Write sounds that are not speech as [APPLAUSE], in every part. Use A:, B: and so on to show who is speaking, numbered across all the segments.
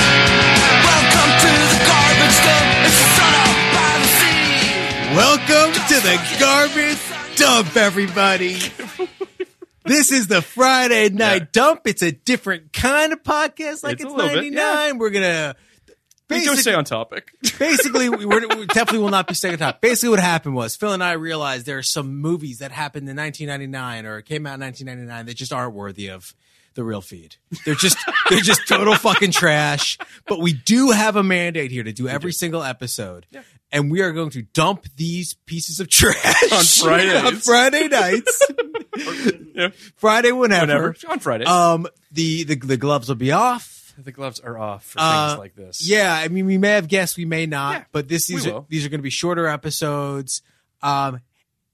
A: Welcome to the garbage dump. It's set up by the sea.
B: Welcome to the garbage dump, everybody. This is the Friday night
C: Yeah.
B: dump. It's a different kind of podcast. Like it's,
C: It's a little bit,
B: 99. We're gonna
C: We do stay on [LAUGHS] topic.
B: basically, we, we're, we definitely will not be staying on top. Basically, what happened was Phil and I realized there are some movies that happened in 1999 or came out in 1999 that just aren't worthy of the real feed. They're just they're just total fucking trash. But we do have a mandate here to do every single episode, and we are going to dump these pieces of trash
C: [LAUGHS] On
B: [LAUGHS]
C: Fridays.
B: on Friday nights,
C: [LAUGHS] Yeah,
B: Friday whenever.
C: whenever on Friday,
B: Um, the, the the gloves will be off.
C: the gloves are off for
B: Uh,
C: things like this.
B: Yeah, I mean, we may have guessed, we may not,
C: Yeah,
B: but this
C: we
B: these are,
C: will.
B: these are going to be shorter episodes. Um,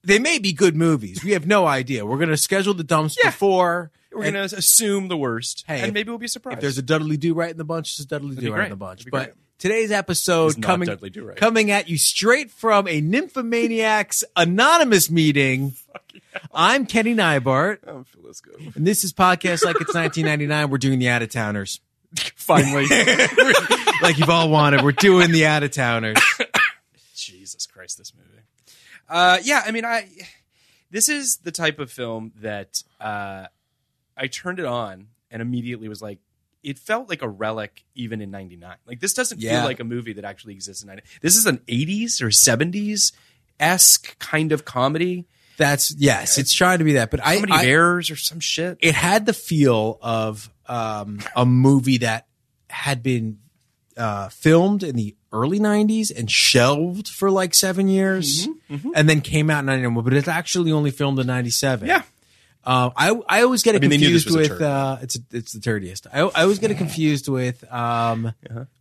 B: they may be good movies. We have no idea. We're going to schedule the dumps
C: Yeah.
B: before.
C: we're
B: and
C: gonna assume the worst,
B: Hey,
C: and
B: if-
C: maybe we'll be surprised.
B: If there's a Dudley Do Right in the bunch, there's a Dudley
C: be
B: Do Right in
C: great.
B: the bunch.
C: That'd be
B: But
C: great.
B: today's
C: It's
B: episode
C: not
B: coming
C: Dudley Do Right.
B: coming at you straight from a nymphomaniacs anonymous
C: [LAUGHS]
B: meeting. I'm Kenny Nybart,
C: oh, let's go.
B: and this is podcast like it's 1999. We're doing the out of towners.
C: [LAUGHS]
B: [LAUGHS]
C: Finally, [LAUGHS]
B: like you've all wanted. We're doing the out of towners.
C: Jesus Christ, this movie. Uh, yeah, I mean, I this is the type of film that uh, I turned it on and immediately was like, it felt like a relic even in '99. Like this doesn't
B: Yeah.
C: feel like a movie that actually exists in '99. This is an '80s or '70s esque kind of comedy.
B: That's yes, it's trying to be that. But I,
C: Comedy
B: I-
C: Bears or some shit.
B: it had the feel of um, a movie that had been uh, filmed in the early '90s and shelved for like seven years,
C: Mm-hmm,
B: and then came out in '91. But it's actually only filmed in '97.
C: Yeah.
B: Uh, I I always get it
C: mean, they knew this
B: confused with
C: was a turd.
B: uh, it's it's the turdiest. I I always get it confused with um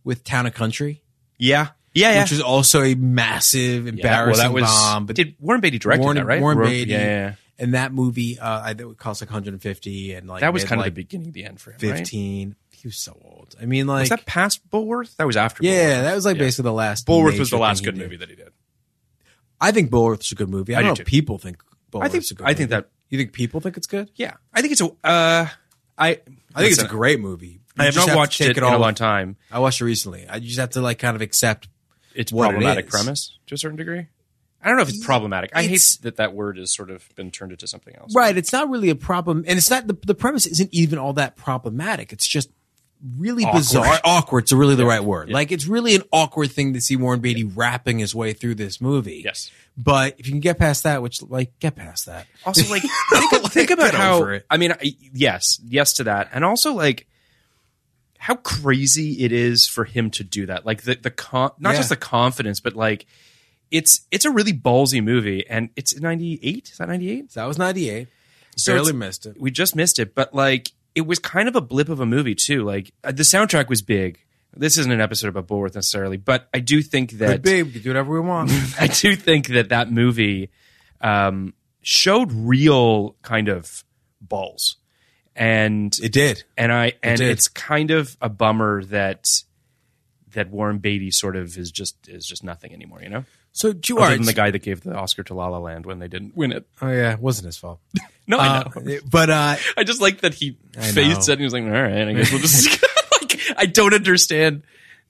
B: with Town and Country,
C: Yeah. Uh-huh. Yeah, yeah.
B: which is also a massive embarrassing bomb. But
C: did Warren Beatty direct
B: Warren,
C: that, right?
B: Warren
C: Wrote-
B: Beatty.
C: Yeah, yeah, yeah.
B: And that movie, uh, I think it cost like 150, and like
C: That was
B: made,
C: kind of
B: like
C: the beginning, of the end for him, right?
B: 15. He was so old. I mean, like,
C: was that past Bullworth? That was after.
B: yeah,
C: Bullworth.
B: that was like
C: Yeah.
B: basically the last.
C: Bullworth
B: major
C: was the last
B: thing
C: good
B: he did.
C: movie that he did.
B: I think Bullworth's a good movie. I,
C: I
B: don't
C: do
B: know. if
C: too.
B: People think Bullworth's
C: I think-
B: a good.
C: I think
B: movie.
C: that-
B: you think people think it's good.
C: Yeah, I think it's a. Uh,
B: I
C: I
B: think it's a
C: listen,
B: great movie. You
C: I have
B: just
C: not
B: to
C: watched
B: take
C: it, in a long time.
B: I watched it recently. I you just have to like kind of accept.
C: It's
B: what it
C: problematic
B: is.
C: premise to a certain degree. I don't know if it's problematic. I
B: It's-
C: hate that that word has sort of been turned into something else.
B: Right. It's not really a problem, and it's not the the premise isn't even all that problematic. It's just really
C: Awkward.
B: bizarre. [LAUGHS] Awkward. It's really the right word. Like it's really an awkward thing to see Warren Beatty rapping his way through this movie.
C: Yes.
B: But if you can get past that, which like get past that.
C: Also, [LAUGHS] like think, think
B: Get
C: about how.
B: over it.
C: I mean, I, yes, yes to that, and also like how crazy it is for him to do that. Like the the con- not
B: Yeah.
C: just the confidence, but like. it's it's a really ballsy movie, and it's ninety eight. Is that ninety eight?
B: [LAUGHS] So that was 98.
C: So
B: Barely
C: it's-
B: missed it.
C: We just missed it, but like it was kind of a blip of a movie too. Like uh, the soundtrack was big. This isn't an episode about Bullworth necessarily, but I do think
B: But
C: that
B: babe, we can do whatever we want.
C: I do think that that movie um, showed real kind of balls, and
B: [LAUGHS] it did.
C: and I and
B: did.
C: it's kind of a bummer that that Warren Beatty sort of is just is just nothing anymore. You know,
B: So, you
C: other
B: are.
C: than the guy that gave the Oscar to La La Land when they didn't win it.
B: Oh, yeah. It wasn't his [LAUGHS] fault.
C: No, I know.
B: Uh, [LAUGHS] but uh,
C: I just like that he
B: I
C: phased
B: know.
C: it and he was like, all right, I guess
B: [LAUGHS]
C: we'll just. [LAUGHS] like, I don't understand.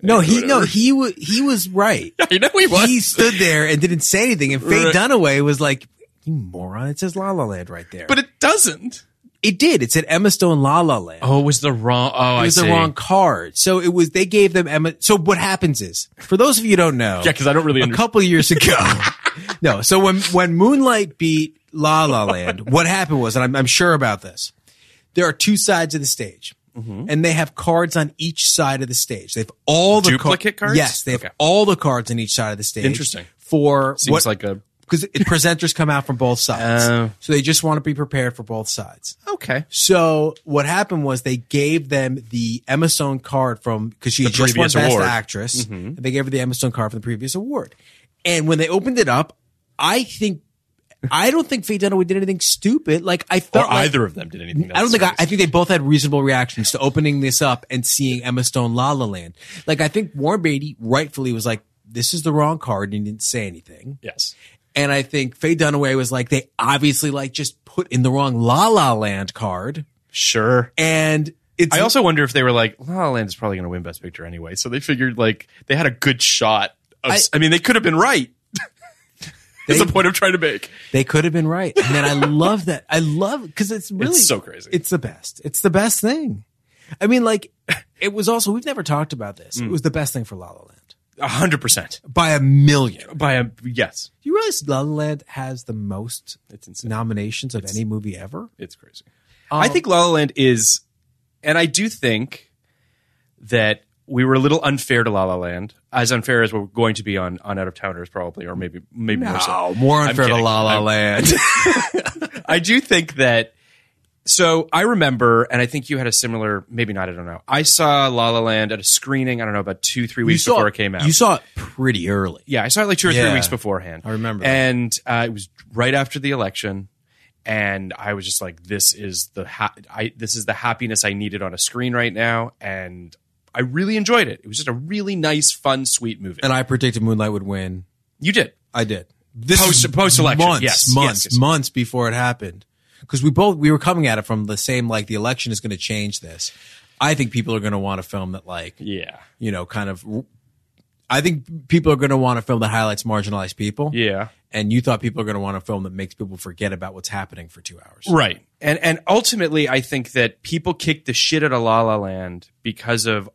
B: no, he no he wa he was right.
C: I know he was.
B: He stood there and didn't say anything, and Faye
C: Right.
B: Dunaway was like, "You moron! It says La La Land right there."
C: but it doesn't.
B: it did. It said Emma Stone La La Land.
C: Oh, it was the wrong. Oh,
B: it was the wrong card. So it was they gave them Emma. So what happens is, for those of you who don't know,
C: Yeah, because I don't really
B: a
C: understand.
B: couple years
C: [LAUGHS]
B: ago, no. So when when Moonlight beat La La Land, what happened was, and I'm, I'm sure about this, there are two sides of the stage.
C: Mm-hmm.
B: And they have cards on each side of the stage. They have all the
C: Duplicate cards?
B: Yes, they have
C: Okay.
B: all the cards on each side of the stage.
C: Interesting.
B: For
C: Seems
B: what,
C: like a
B: because presenters come out from both sides,
C: [LAUGHS] Oh.
B: so they just want to be prepared for both sides.
C: okay.
B: So what happened was they gave them the Emma Stone card from because she had just won
C: previous
B: Best
C: award. Mm-hmm.
B: Actress, and they gave her the Emma Stone card from the previous award. And when they opened it up, I think I don't think Faye Dunaway did anything stupid. Like I
C: Or
B: felt like-
C: either of them did anything.
B: I don't think I,
C: necessary.
B: I think they both had reasonable reactions to opening this up and seeing Emma Stone La La Land. Like I think Warren Beatty rightfully was like, "This is the wrong card," and he didn't say anything.
C: Yes.
B: And I think Faye Dunaway was like, they obviously like just put in the wrong La La Land card.
C: Sure.
B: And it's
C: I also wonder if they were like, La La Land is probably going to win Best Picture anyway. So they figured like they had a good shot. Of, I,
B: I-
C: mean, they could have been right. [LAUGHS] Is
B: They-
C: the point I'm trying to make.
B: they could have been right. And then I love that. I love because it's really
C: so crazy.
B: It's the best. It's the best thing. I mean, like it was also we've never talked about this.
C: Mm.
B: It was the best thing for La La Land
C: A hundred percent.
B: by a million.
C: By a yes,
B: You realize La La Land has the most
C: it's insane.
B: nominations of any movie ever.
C: It's crazy. I think La La Land is, and I do think that we were a little unfair to La La Land, as unfair as we're going to be on on Out of Towners probably, or maybe maybe more so.
B: Oh, more
C: I'm
B: unfair to
C: kidding.
B: La La
C: I'm-
B: Land.
C: I do think that. So I remember, and I think you had a similar, maybe not. I don't know. I saw La La Land at a screening. I don't know about two, three weeks before it came out.
B: You saw it pretty early.
C: Yeah, I saw it like two or three
B: Yeah.
C: weeks beforehand.
B: I remember that.
C: and uh, it was right after the election, and I was just like, "This is the ha- I, this is the happiness I needed on a screen right now," and I really enjoyed it. It was just a really nice, fun, sweet movie.
B: And I predicted Moonlight would win.
C: you did.
B: I did. This
C: Post-
B: is
C: post-election.
B: months,
C: Yes,
B: months,
C: yes, yes.
B: months before it happened, because we both we were coming at it from the same like the election is going to change this. I think people are going to want a film that like
C: Yeah,
B: you know kind of. I think people are going to want a film that highlights marginalized people.
C: yeah,
B: And you thought people are going to want a film that makes people forget about what's happening for two hours.
C: right. And and ultimately, I think that people kicked the shit out of La La Land because of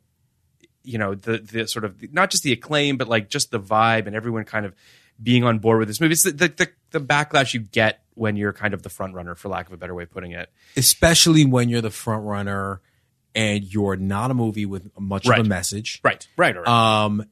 C: you know the the sort of not just the acclaim, but like just the vibe and everyone kind of being on board with this movie. It's the the, the, the backlash you get when you're kind of the front runner, for lack of a better way of putting it.
B: Especially when you're the front runner and you're not a movie with much
C: Right.
B: of a message.
C: Right, right, right.
B: um,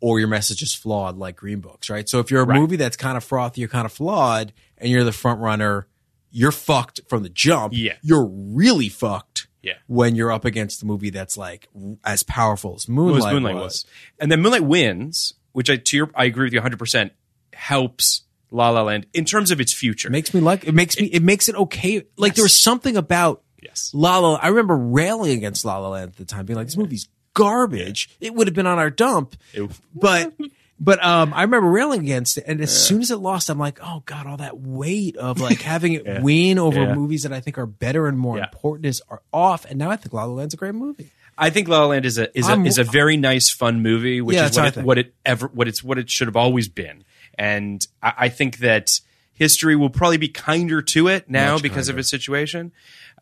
B: or your message is flawed, like Green Books, right? So if you're a
C: Right.
B: movie that's kind of frothy, you're kind of flawed, and you're the front runner, you're fucked from the jump.
C: Yeah.
B: you're really fucked.
C: Yeah.
B: when you're up against the movie that's like r- as powerful as Moonlight,
C: Moonlight, was.
B: was.
C: and then Moonlight wins, which I to your I agree with you 100 percent helps La La Land in terms of its future.
B: It makes me like it makes me it makes it okay. Like there was something about
C: yes,
B: La La. I remember railing against La La Land at the time, being like, "This movie's garbage. It would have been on our dump."
C: [LAUGHS]
B: But but um, I remember railing against it, and as soon as it lost, I'm like, "Oh God, all that weight of
C: [LAUGHS]
B: like having it win over
C: Yeah.
B: movies that I think are better and more
C: Yeah.
B: important is are off." And now I think La La Land's a great movie.
C: I think La La Land is a is a,
B: I'm-
C: is a very nice, fun movie, which
B: Yeah,
C: is
B: that's what I
C: what it,
B: think.
C: what it ever what it's what it should have always been. And I, I think that history will probably be kinder to it now because of its situation.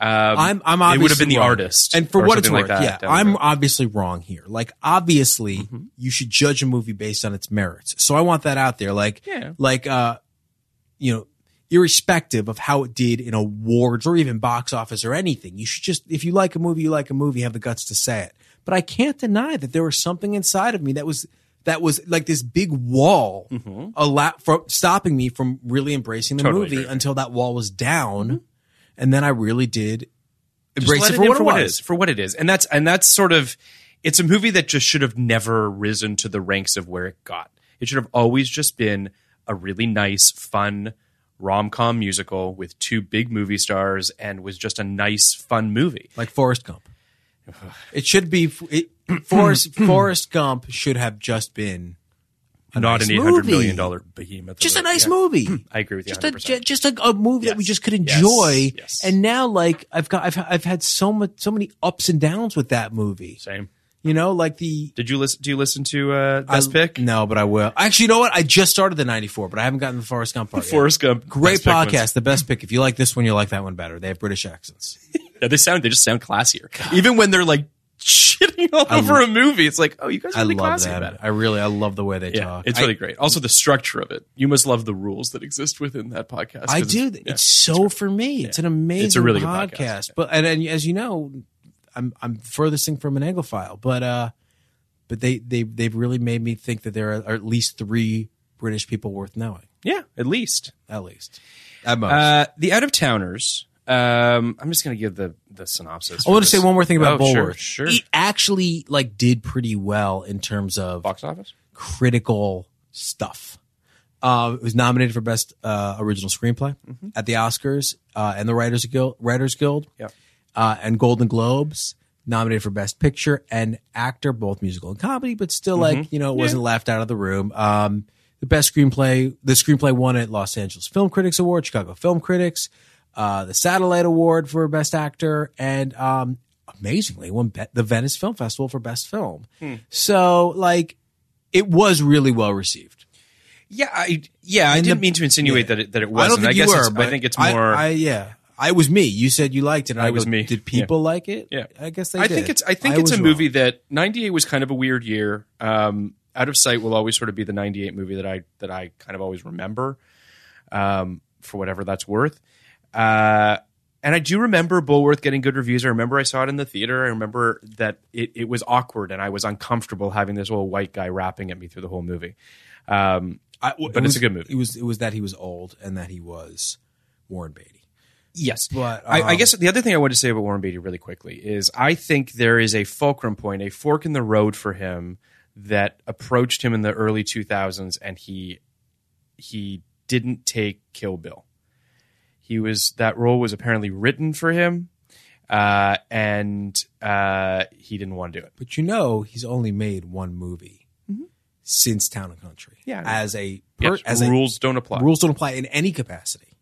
C: Um,
B: I'm I'm
C: it
B: obviously
C: would have been the
B: wrong.
C: artist,
B: and for
C: or
B: what it's
C: something
B: worth,
C: like that, Mm-hmm.
B: yeah,
C: down the
B: I'm
C: road.
B: obviously wrong here. Like obviously, you should judge a movie based on its merits. So I want that out there. Like
C: Yeah.
B: like uh, you know, irrespective of how it did in awards or even box office or anything, you should just if you like a movie, you like a movie, have the guts to say it. But I can't deny that there was something inside of me that was that was like this big wall a lot from stopping me from really embracing the
C: Mm-hmm. Totally
B: movie
C: agree. Mm-hmm.
B: until that wall was down. And then I really did embrace
C: Just
B: it
C: let
B: for
C: in
B: what it was.
C: is, for what it is, and that's and that's sort of it's a movie that just should have never risen to the ranks of where it got. It should have always just been a really nice, fun rom com musical with two big movie stars and was just a nice, fun movie.
B: like Forrest Gump. It should be
C: [CLEARS THROAT]
B: it, Forrest Forrest Gump should have just been
C: Not
B: nice
C: an eight hundred
B: movie.
C: million dollar behemoth.
B: just
C: of
B: a nice
C: yeah.
B: movie.
C: [CLEARS THROAT] I agree with you.
B: Just a
C: 100%.
B: ju- just a, a movie that we
C: Yes.
B: just could
C: Yes.
B: enjoy.
C: Yes.
B: And now, like I've got I've I've had so much so many ups and downs with that movie.
C: Same.
B: You know, like the
C: Did you listen? Do you listen to uh, Best
B: I-
C: Pick?
B: No, but I will. Actually, you know what? I just started the '94, but I haven't gotten the Forrest Gump part. yet.
C: Forrest Gump.
B: Great
C: Best Pick
B: podcast,
C: ones.
B: the best pick. If you like this one, you like that one better. They have British accents.
C: Yeah, they sound. They just sound classier. Even when they're like [LAUGHS] shitting all over a movie, it's like, oh, you guys are
B: I
C: really
B: love
C: classy
B: that.
C: about it.
B: I really, I love the way they
C: Yeah,
B: talk.
C: it's
B: I-
C: really great. Also, the structure of it. You must love the rules that exist within that podcast.
B: I
C: 'cause
B: do.
C: It's,
B: It's,
C: yeah.
B: so for me. It's an amazing.
C: It's a really good
B: podcast.
C: podcast.
B: But and, and as you know, I'm I'm furthest thing from an Anglophile, but uh, but they they they've really made me think that there are, at least three British people worth knowing.
C: yeah, at least.
B: At least, at most.
C: Uh, the out of towners. Um, I'm just going to give the the synopsis.
B: I want to say one more thing about
C: oh, sure,
B: Bulworth.
C: sure.
B: He actually like did pretty well in terms of
C: box office.
B: critical stuff. Uh, it was nominated for best uh, original screenplay at the Oscars uh, and the Writers Guild, Writers Guild,
C: Yep.
B: uh, and Golden Globes. Nominated for best picture and actor, both musical and comedy, but still like you know it wasn't laughed out of the room. Um, the best screenplay, the screenplay won at Los Angeles Film Critics Award, Chicago Film Critics, uh, the Satellite Award for best actor, and um, amazingly won be- the Venice Film Festival for best film. So like it was really well received.
C: Yeah, I yeah, I
B: And the-
C: didn't mean to insinuate that it that it wasn't.
B: I don't think you
C: guess
B: were,
C: it's,
B: but
C: I think it's more.
B: I, yeah, I was me. You said you liked it. And I,
C: was
B: go,
C: me.
B: Did people like it?
C: Yeah.
B: I guess they.
C: I
B: did.
C: think it's I think it's a
B: was
C: movie
B: wrong.
C: that 98 was kind of a weird year. Um, Out of Sight will always sort of be the 98 movie that I that I kind of always remember um, for whatever that's worth. Uh, and I do remember Bullworth getting good reviews. I remember I saw it in the theater. I remember that it, it was awkward and I was uncomfortable having this old white guy rapping at me through the whole movie. Um,
B: I- w-
C: but
B: it
C: it's
B: was-
C: a good movie.
B: It was. It was that he was old and that he was Warren Beatty.
C: Yes,
B: But,
C: I, I
B: um,
C: guess the other thing I want to say about Warren Beatty really quickly is I think there is a fulcrum point, a fork in the road for him that approached him in the early 2000s, and he he didn't take Kill Bill. He was that role was apparently written for him, uh, and uh, he didn't want to do it.
B: But you know, he's only made one movie since Town and Country.
C: Mm-hmm. Yeah, I know.
B: As a per,
C: Yes,
B: as a-
C: rules don't apply.
B: rules don't apply in any capacity,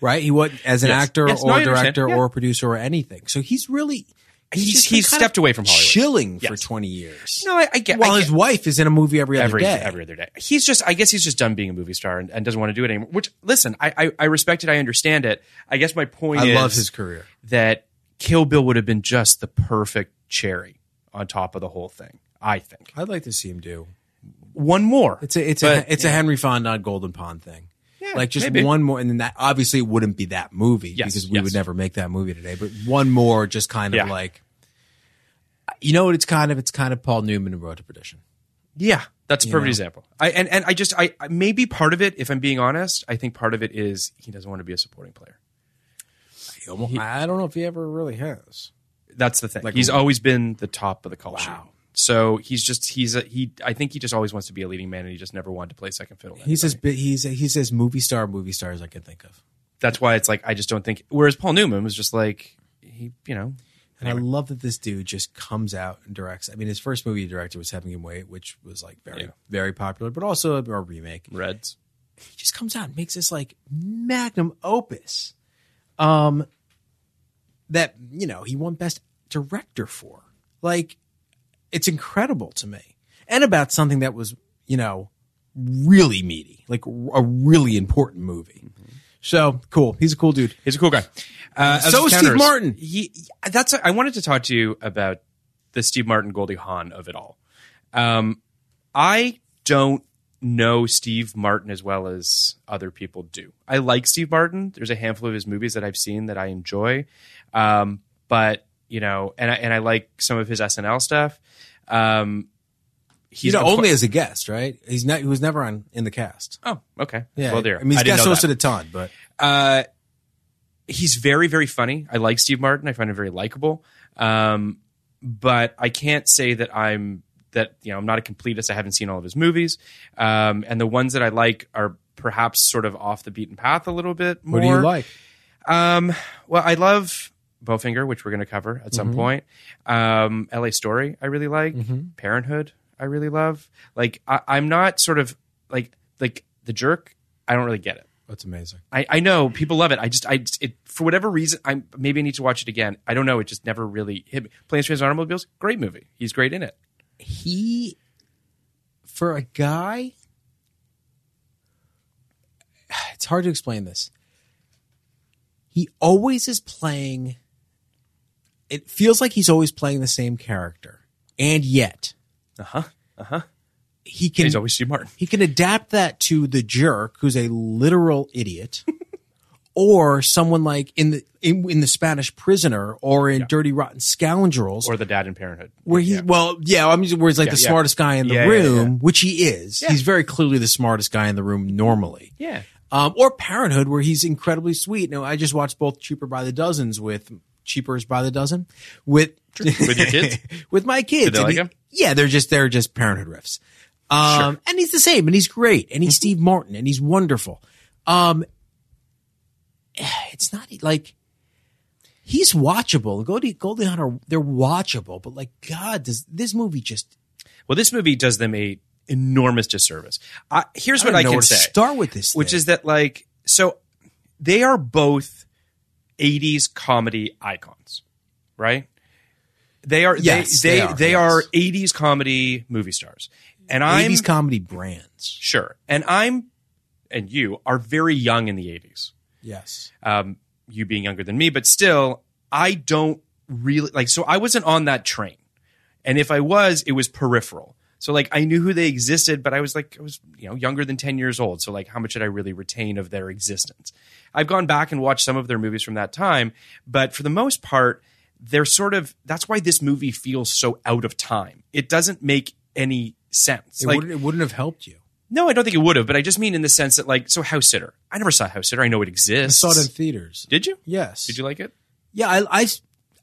B: right? He was as an
C: Yes.
B: actor
C: Yes,
B: or
C: no, I understand.
B: director
C: Yeah.
B: or producer or anything. So he's really
C: He's-
B: just been
C: he's
B: kind
C: stepped
B: of
C: away from Hollywood.
B: chilling for
C: Yes.
B: twenty years.
C: No, I, I get.
B: while
C: I
B: his
C: get-
B: wife is in a movie every other
C: every
B: day.
C: every other day. He's just, I guess, he's just done being a movie star and, and doesn't want to do it anymore. Which, listen, I, I I respect it, I understand it. I guess my point
B: I
C: is,
B: love his career.
C: That Kill Bill would have been just the perfect cherry on top of the whole thing. I think
B: I'd like to see him do.
C: one more.
B: It's a it's
C: But-
B: a it's a Henry Fonda Golden Pond thing. like just
C: maybe.
B: one more, and then that obviously it wouldn't be that movie
C: Yes,
B: because we
C: yes.
B: would never make that movie today. But one more, just kind of
C: Yeah.
B: like, you know, what it's kind of it's kind of Paul Newman in Road to Perdition.
C: Yeah, that's a perfect example. I and, and I just I I- maybe part of it, if I'm being honest, I think part of it is he doesn't want to be a supporting player.
B: He almost- I don't know if he ever really has.
C: That's the thing.
B: Like-
C: he's always been the top of the culture. So he's just he's a, he. I think he just always wants to be a leading man, and he just never wanted to play second fiddle. to
B: He's as bi- he's he's as movie star movie star as I can think of.
C: that's why it's like I just don't think. Whereas Paul Newman was just like he, you know,
B: And I love that this dude just comes out and directs. I mean, his first movie he directed was Having Him Wait, which was like very, very popular, but also a, a remake.
C: Reds.
B: He just comes out and makes this like magnum opus um, that, you know, he won Best Director for. Like, it's incredible to me. And about something that was, you know, really meaty, like a really important movie. So cool. He's a cool dude.
C: He's a cool guy. Uh, as
B: So is Steve
C: counters,
B: Martin.
C: He that's I wanted to talk to you about the Steve Martin Goldie Hawn of it all. Um, I don't know Steve Martin as well as other people do. I like Steve Martin. There's a handful of his movies that I've seen that I enjoy, um, but you know, and I, and I like some of his SNL stuff. Um,
A: he's
B: you know,
A: a-
B: only as a guest, right? He's not. He was never on in the cast.
A: Oh, okay.
B: Yeah.
A: Well, there.
B: I mean, he's
A: I didn't
B: guest
A: know that.
B: hosted a ton, but
A: Uh, he's very, very funny. I like Steve Martin. I find him very likable. Um, but I can't say that I'm that you know I'm not a completist. I haven't seen all of his movies, um, and the ones that I like are perhaps sort of off the beaten path a little bit more.
B: what do you like?
A: Um, well, I love Bowfinger, which we're going to cover at
B: Mm-hmm.
A: some point. Um, L.A. Story, I really like. Parenthood, I really love. Like, I, I'm not sort of like like the jerk. I don't really get it.
B: That's amazing.
A: I, I know people love it. I just I just- it for whatever reason I maybe I need to watch it again. I don't know. It just never really hit me. Planes, Trains, and Automobiles, great movie. He's great in it.
B: He, for a guy, [SIGHS] it's hard to explain this. He always is playing. It feels like he's always playing the same character, and yet, uh huh, uh huh, he can
A: He's always Steve Martin.
B: He can adapt that to the jerk, who's a literal
A: [LAUGHS]
B: idiot, or someone like in the in, in the Spanish Prisoner, or in Dirty Rotten Scoundrels,
A: Or the dad in Parenthood.
B: where he well, yeah, I'm just, where he's like the
A: yeah.
B: smartest guy in the
A: Yeah, yeah,
B: room,
A: yeah.
B: which he is. He's very clearly the smartest guy in the room normally.
A: Yeah.
B: Um, or Parenthood, where he's incredibly sweet. Now, I just watched both Cheaper by the Dozens with Cheapers by the Dozen with
A: With your
B: [LAUGHS]
A: kids?
B: with my kids.
A: they
B: And
A: like
B: he-
A: him?
B: Yeah, they're just they're just Parenthood riffs. Um, and he's the same, and he's great, and
A: Mm-hmm.
B: he's Steve Martin, and he's wonderful. Um, [SIGHS] it's not like he's watchable. Goldie Goldie Hunter, they're watchable, but like God, does this movie just?
A: Well, this movie does them a enormous disservice. I, here's
B: I don't
A: what I
B: know
A: can
B: where to
A: say.
B: start with this,
A: which
B: thing.
A: is that like so they are both 80s comedy icons right they are
B: Yes,
A: they
B: they
A: they,
B: are,
A: they
B: yes.
A: are 80s comedy movie stars and i'm
B: 80s comedy brands.
A: sure and i'm and you are very young in the 80s
B: Yes,
A: um, you being younger than me, but still, I don't really like. So I wasn't on that train, and if I was, it was peripheral. So like I knew who they existed, but I was like I was you know younger than ten years old. So like how much did I really retain of their existence? I've gone back and watched some of their movies from that time, but for the most part, they're sort of that's why this movie feels so out of time. It doesn't make any sense.
B: it,
A: Like-
B: wouldn't, it wouldn't have helped you.
A: no, I don't think it would have, but I just mean in the sense that like so House Sitter. I never saw House Sitter. I know it
B: I
A: exists.
B: saw it in theaters.
A: Did you?
B: Yes.
A: Did you like it?
B: Yeah, I, I,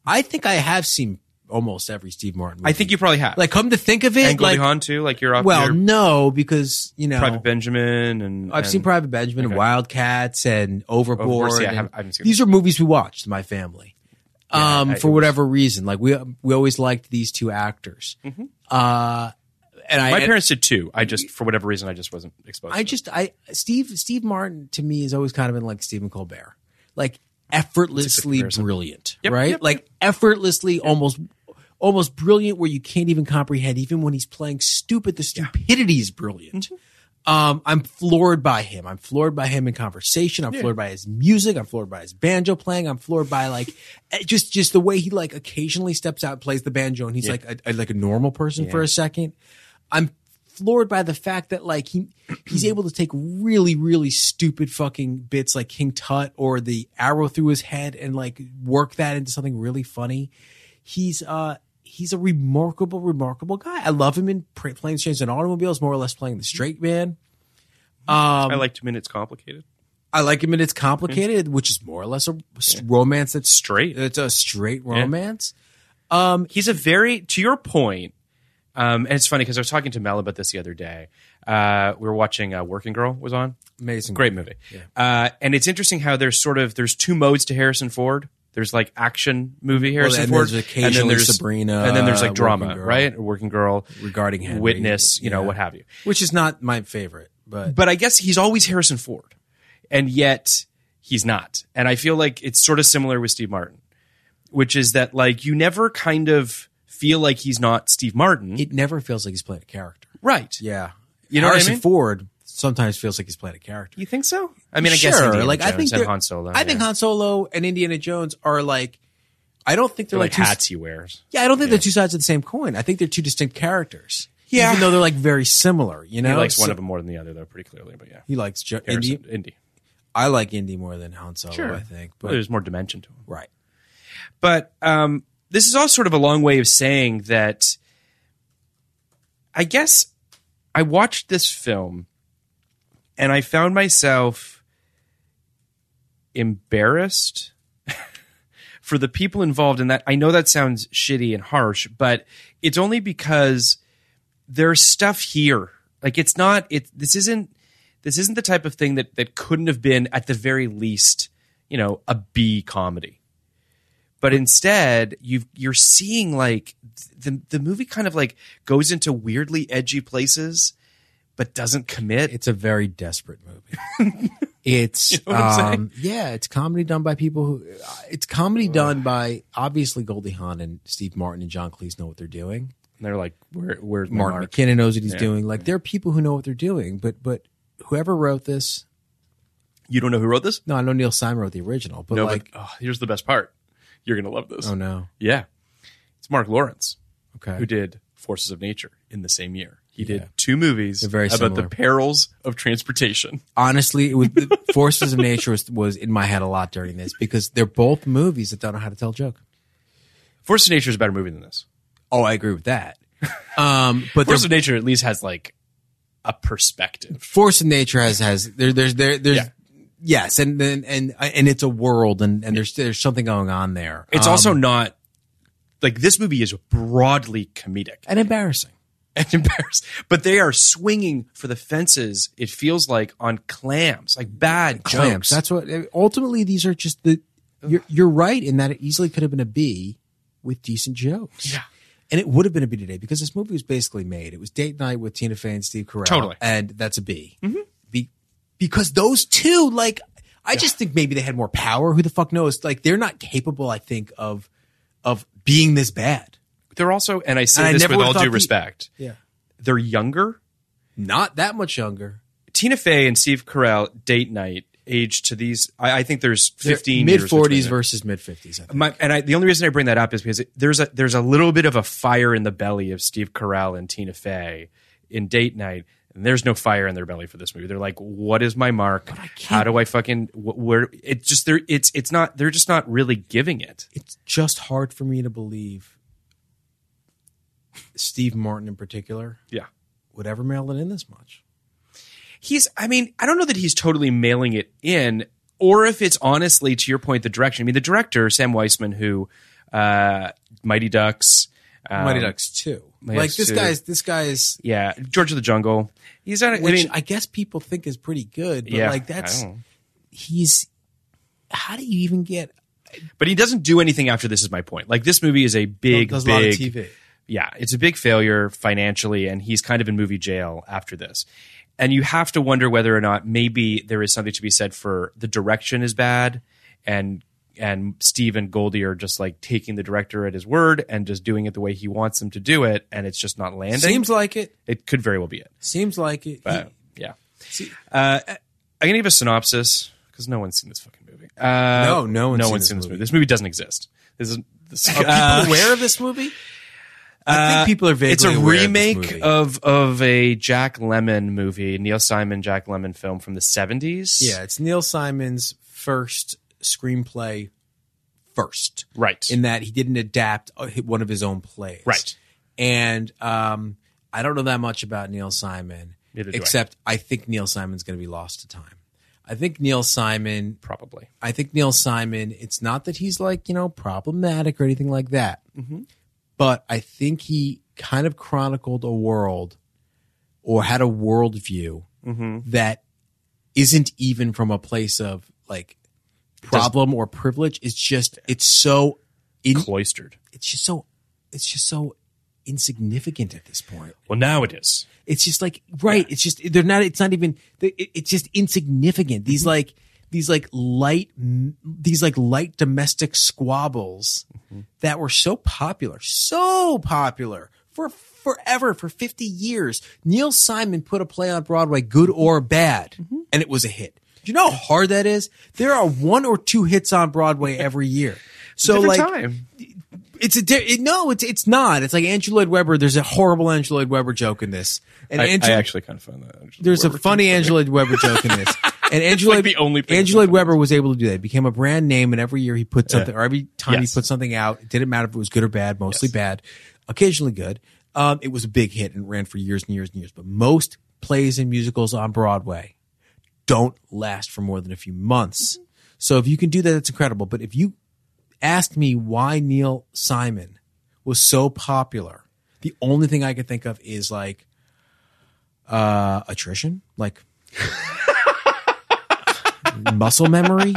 B: I think I have seen almost every Steve Martin. Movie.
A: I think you probably have.
B: like come to think of it,
A: and Goldie
B: like
A: Hawn too. Like you're off.
B: well,
A: your
B: no, because you know,
A: Private Benjamin and
B: I've seen
A: and-
B: Private Benjamin and Wildcats and Overboard.
A: Overboard, see, I
B: and-
A: haven't- I haven't seen
B: these are movies we watched, my family, um,
A: I-
B: for
A: it was-
B: whatever reason. Like we we always liked these two actors, uh, and I
A: Mm-hmm. My
B: and
A: parents did too. I just for whatever reason I just wasn't exposed.
B: I
A: to it.
B: just I Steve Steve Martin to me has always kind of been like Stephen Colbert, like effortlessly brilliant,
A: Yep,
B: right?
A: yep,
B: like effortlessly, almost almost brilliant, where you can't even comprehend. Even when he's playing stupid, the stupidity is brilliant.
A: Mm-hmm.
B: Um, I'm floored by him. I'm floored by him in conversation. I'm floored by his music. I'm floored by his banjo playing. I'm floored by like [LAUGHS] eh, just just the way he like occasionally steps out and plays the banjo, and he's like a, a- like a normal person for a second. I'm floored by the fact that like he he's able to take really really stupid fucking bits like King Tut or the arrow through his head and like work that into something really funny. He's uh he's a remarkable remarkable guy. I love him in Pr- Planes, Trains, and Automobiles, more or less playing the straight man. Um,
A: I like two minutes complicated.
B: I like him in It's Complicated, which is more or less a s- romance that's
A: Straight.
B: It's a straight romance.
A: He's a very to your point. Um, and it's funny because I was talking to Mel about this the other day. Uh, we were watching uh, Working Girl was on.
B: Amazing,
A: Great movie. Uh, and it's interesting how there's sort of there's two modes to Harrison Ford. There's like action movie Harrison
B: and
A: Ford,
B: there's occasionally Sabrina,
A: and then there's
B: uh,
A: like drama,
B: Working Girl.
A: right? Working Girl
B: Regarding Henry,
A: Witness, you know
B: yeah.
A: what have you.
B: which is not my favorite, but
A: But I guess he's always Harrison Ford, and yet he's not. And I feel like it's sort of similar with Steve Martin, which is that like you never kind of feel like he's not Steve Martin,
B: it never feels like he's playing a character.
A: right?
B: Yeah,
A: You know what I
B: Harrison
A: mean?
B: Ford sometimes feels like he's playing a character.
A: You think so? I mean, I
B: sure,
A: guess Indiana
B: like I
A: Jones
B: think
A: and
B: they're-
A: Han Solo.
B: I think
A: yeah.
B: Han Solo and Indiana Jones are like. I don't think they're,
A: They're like
B: two-
A: hats he wears.
B: Yeah, I don't think they're two sides of the same coin. I think they're two distinct characters.
A: Yeah.
B: even though they're like very similar. You know,
A: He likes
B: So-
A: one of them more than the other, though, pretty clearly. But yeah,
B: He likes jo-
A: Harrison,
B: Indy.
A: Indy.
B: I like Indy more than Han Solo.
A: Sure.
B: I think,
A: Well,
B: but
A: there's more dimension to him.
B: right.
A: But um, this is all sort of a long way of saying that I guess I watched this film and I found myself embarrassed [LAUGHS] for the people involved in that. I know that sounds shitty and harsh, but it's only because there's stuff here. Like it's not it this isn't this isn't the type of thing that that couldn't have been at the very least, you know, a B comedy but instead you you're seeing like the the movie kind of like goes into weirdly edgy places but doesn't commit
B: It's a very desperate movie.
A: [LAUGHS]
B: it's
A: what I'm saying?
B: um, yeah, it's comedy done by people who. uh, It's comedy done by obviously Goldie Hawn and Steve Martin and John Cleese know what they're doing.
A: and they're like where where's my
B: Martin
A: mark?
B: McKinnon knows what he's doing. Like there are people who know what they're doing, but but whoever wrote this,
A: you don't know who wrote this
B: no, I know Neil Simon wrote the original, but
A: no
B: like
A: but oh, here's the best part you're gonna love this
B: oh no,
A: yeah it's mark lawrence
B: okay,
A: who did forces of nature in the same year he
B: Yeah.
A: did two movies
B: They're very
A: about
B: similar.
A: the perils of transportation
B: honestly, it
A: [LAUGHS]
B: was the Forces of Nature was, was in my head a lot during this because they're both movies that don't know how to tell a joke.
A: forces of nature is a better movie than this
B: Oh, I agree
A: [LAUGHS]
B: with that. Um,
A: forces
B: but there's
A: of nature at least has like a perspective
B: Force of Nature has has there there's there there's
A: Yeah.
B: yes, and then and and it's a world and and there's there's something going on there.
A: It's
B: Um,
A: also not like this movie is broadly comedic
B: and embarrassing.
A: and [LAUGHS] embarrassed, but they are swinging for the fences. It feels like on clams, like bad jokes.
B: Clamps. That's what eh, ultimately these are just the. You're, you're right in that it easily could have been a B with decent jokes. Yeah. And it would have been a B today because this movie was basically made. It was date night with Tina Fey and Steve Carell.
A: Totally. Mm-hmm.
B: And that's a B. Be- because those two, like, I just think maybe they had more power. Who the fuck knows? Like, they're not capable, I think, of of being this bad.
A: they're also, and I say
B: And I
A: this
B: never
A: with
B: would've
A: all
B: thought
A: due
B: the-
A: respect,
B: Yeah.
A: they're younger.
B: Not that much younger.
A: Tina Fey and Steve Carell date night age to these. I, I think there's
B: They're
A: 15
B: mid
A: years between
B: 40s
A: them.
B: versus mid 50s. I think.
A: My, and I, the only reason I bring that up is because it, there's a there's a little bit of a fire in the belly of Steve Carell and Tina Fey in Date Night, and there's no fire in their belly for this movie. They're like, "What is my mark? How do I fucking wh- where?" It's just they're it's it's not they're just not really giving it.
B: it's just hard for me to believe Steve Martin in particular
A: Yeah,
B: would ever mail it in this much.
A: he's. I mean, I don't know that he's totally mailing it in, or if it's honestly to your point the direction. I mean, the director Sam Weissman, who uh, Mighty Ducks, um,
B: Mighty Ducks too.
A: Mighty
B: like
A: Ducks
B: this
A: two.
B: guy's this guy's
A: yeah, George of the Jungle. He's not.
B: which I,
A: I mean,
B: guess people think is pretty good, but
A: yeah,
B: like
A: I
B: that's
A: don't know.
B: he's how do you even get
A: but he doesn't do anything after this is my point like this movie is a big
B: does
A: big
B: a lot of TV.
A: yeah it's a big failure financially and he's kind of in movie jail after this and you have to wonder whether or not maybe there is something to be said for the direction is bad and and steve and goldie are just like taking the director at his word and just doing it the way he wants them to do it and it's just not landing
B: Seems like it.
A: it could very well be it
B: Seems like it.
A: but yeah
B: See-
A: uh, i'm gonna give a synopsis because no one's seen this fucking movie uh,
B: no, no one's
A: no one's
B: seen this
A: seen this movie.
B: movie.
A: This movie doesn't exist. This is this,
B: Are people
A: uh, [LAUGHS]
B: aware of this movie?
A: uh,
B: I think people are vaguely
A: It's a
B: aware of this
A: remake
B: movie.
A: of, of a Jack Lemon movie, Neil Simon Jack Lemon film from the seventies.
B: Yeah, it's Neil Simon's first screenplay first.
A: right.
B: in that he didn't adapt uh, hi- one of his own plays.
A: Right.
B: And um, I don't know that much about Neil Simon,
A: Neither do I.
B: except I. think Neil Simon's going to be lost to time. I think Neil Simon.
A: Probably.
B: I think Neil Simon. It's not that he's like you know problematic or anything like that, but I think he kind of chronicled a world or had a worldview that isn't even from a place of like problem or privilege. It's just it's so in,
A: Cloistered.
B: it's just so it's just so insignificant at this point.
A: Well, now it is.
B: It's just like right. It's just they're not. It's not even. they- it- It's just insignificant.
A: Mm-hmm.
B: These like these like light m- these like light domestic squabbles
A: Mm-hmm.
B: that were so popular, so popular for forever for 50 years neil simon put a play on broadway good or bad
A: Mm-hmm.
B: and it was a hit do you know how hard that is there are one or two hits on
A: [LAUGHS]
B: broadway every year so
A: Different
B: like
A: time.
B: it's a di- it, no, it's it's not. It's like Andrew Lloyd Webber. There's a horrible Andrew Lloyd Webber joke in this, and
A: I,
B: Andrew,
A: I actually kind of find that. actually
B: there's
A: where
B: a funny
A: we're-
B: Andrew Lloyd Webber joke in
A: [LAUGHS]
B: this. And Andrew
A: like
B: Lloyd,
A: the only thing
B: Andrew
A: that's
B: Lloyd Webber was able to do that. It became a brand name, and every year he put something, or every time
A: Yes.
B: he put something out, it didn't matter if it was good or bad, mostly bad, occasionally good. Um, it was a big hit and ran for years and years and years. But most plays and musicals on Broadway don't last for more than a few months.
A: Mm-hmm.
B: So if you can do that, it's incredible. But if you asked me why Neil Simon was so popular, the only thing I could think of is like uh, attrition, like [LAUGHS] muscle memory.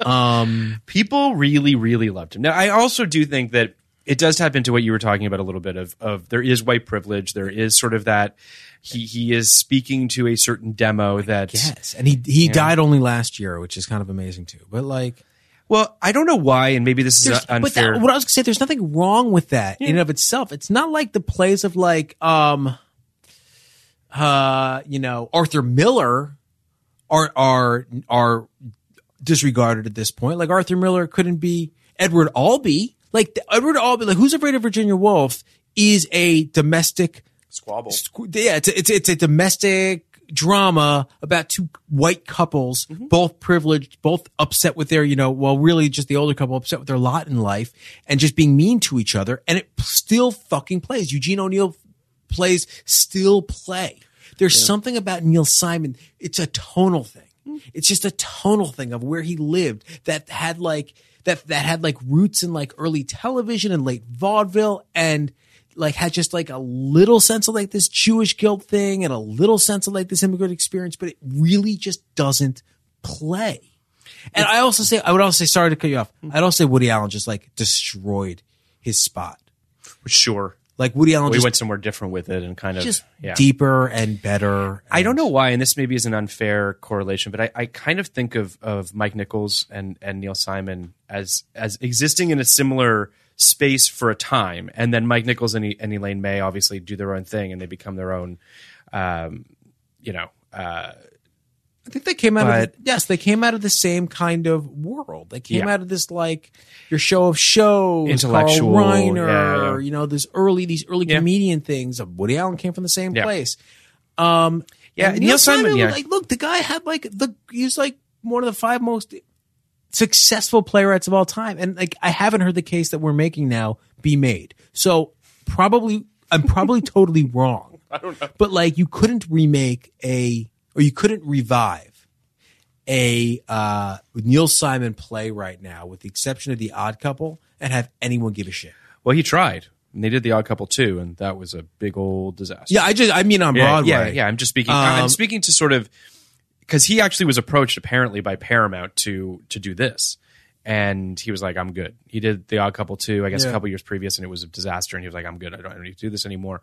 B: Um,
A: people really really loved him now i also do think that it does tap into what you were talking about a little bit of of there is white privilege there is sort of that he he is speaking to a certain demo that
B: Yes, and he he died only last year, which is kind of amazing too. But like,
A: well i don't know why and maybe this is
B: there's-
A: unfair
B: but that, what I was gonna say, there's nothing wrong with that in and of itself. It's not like the plays of like, um, uh, you know, Arthur Miller are are are disregarded at this point. Like Arthur Miller couldn't be Edward Albee. Like the- Edward Albee, like Who's Afraid of Virginia Woolf is a domestic
A: squabble
B: Squ- Yeah, it's a, it's, a- it's a domestic drama about two white couples, both privileged, both upset with their, you know, well, really just the older couple upset with their lot in life and just being mean to each other. And it still fucking plays. Eugene O'Neill plays still play. There's something about Neil Simon. It's a tonal thing. It's just a tonal thing of where he lived that had like that that had like roots in like early television and late vaudeville and like had just like a little sense of like this Jewish guilt thing and a little sense of like this immigrant experience, but it really just doesn't play. And I also say I would also say sorry to cut you off. I'd also say Woody Allen just like destroyed his spot.
A: sure
B: Like Woody Allen
A: we
B: just
A: went somewhere different with it and kind of
B: just
A: yeah
B: deeper and better.
A: I don't know why, and this maybe is an unfair correlation, but I, I kind of think of of Mike Nichols and and Neil Simon as as existing in a similar space for a time, and then Mike Nichols and, E- and Elaine May obviously do their own thing, and they become their own, um, you know, uh,
B: I think they came out of
A: But-
B: the, yes, they came out of the same kind of world. They came
A: Yeah.
B: out of this like your show of shows,
A: Intellectual,
B: Carl Reiner,
A: yeah, yeah.
B: you know, this early these early
A: Yeah.
B: comedian things. Woody Allen came from the same
A: Yeah.
B: place. Um,
A: Yeah,
B: and
A: Neil Simon, yeah.
B: like look, the guy had like the he's like one of the five most successful playwrights of all time, and like I haven't heard the case that we're making now be made. So probably I'm probably [LAUGHS] totally wrong. I don't know, but like you couldn't remake a or you couldn't revive a uh, Neil Simon play right now, with the exception of The Odd Couple, and have anyone give a shit.
A: well, he tried, and they did The Odd Couple too, and that was a big old disaster.
B: Yeah, I just I mean on
A: yeah,
B: Broadway.
A: Yeah, yeah. I'm just speaking. I'm
B: Um,
A: speaking to sort of because he actually was approached apparently by Paramount to to do this, and he was like, "I'm good." He did The Odd Couple too, I guess, a
B: Yeah.
A: couple years previous, and it was a disaster. And he was like, "I'm good. I don't, I don't need to do this anymore."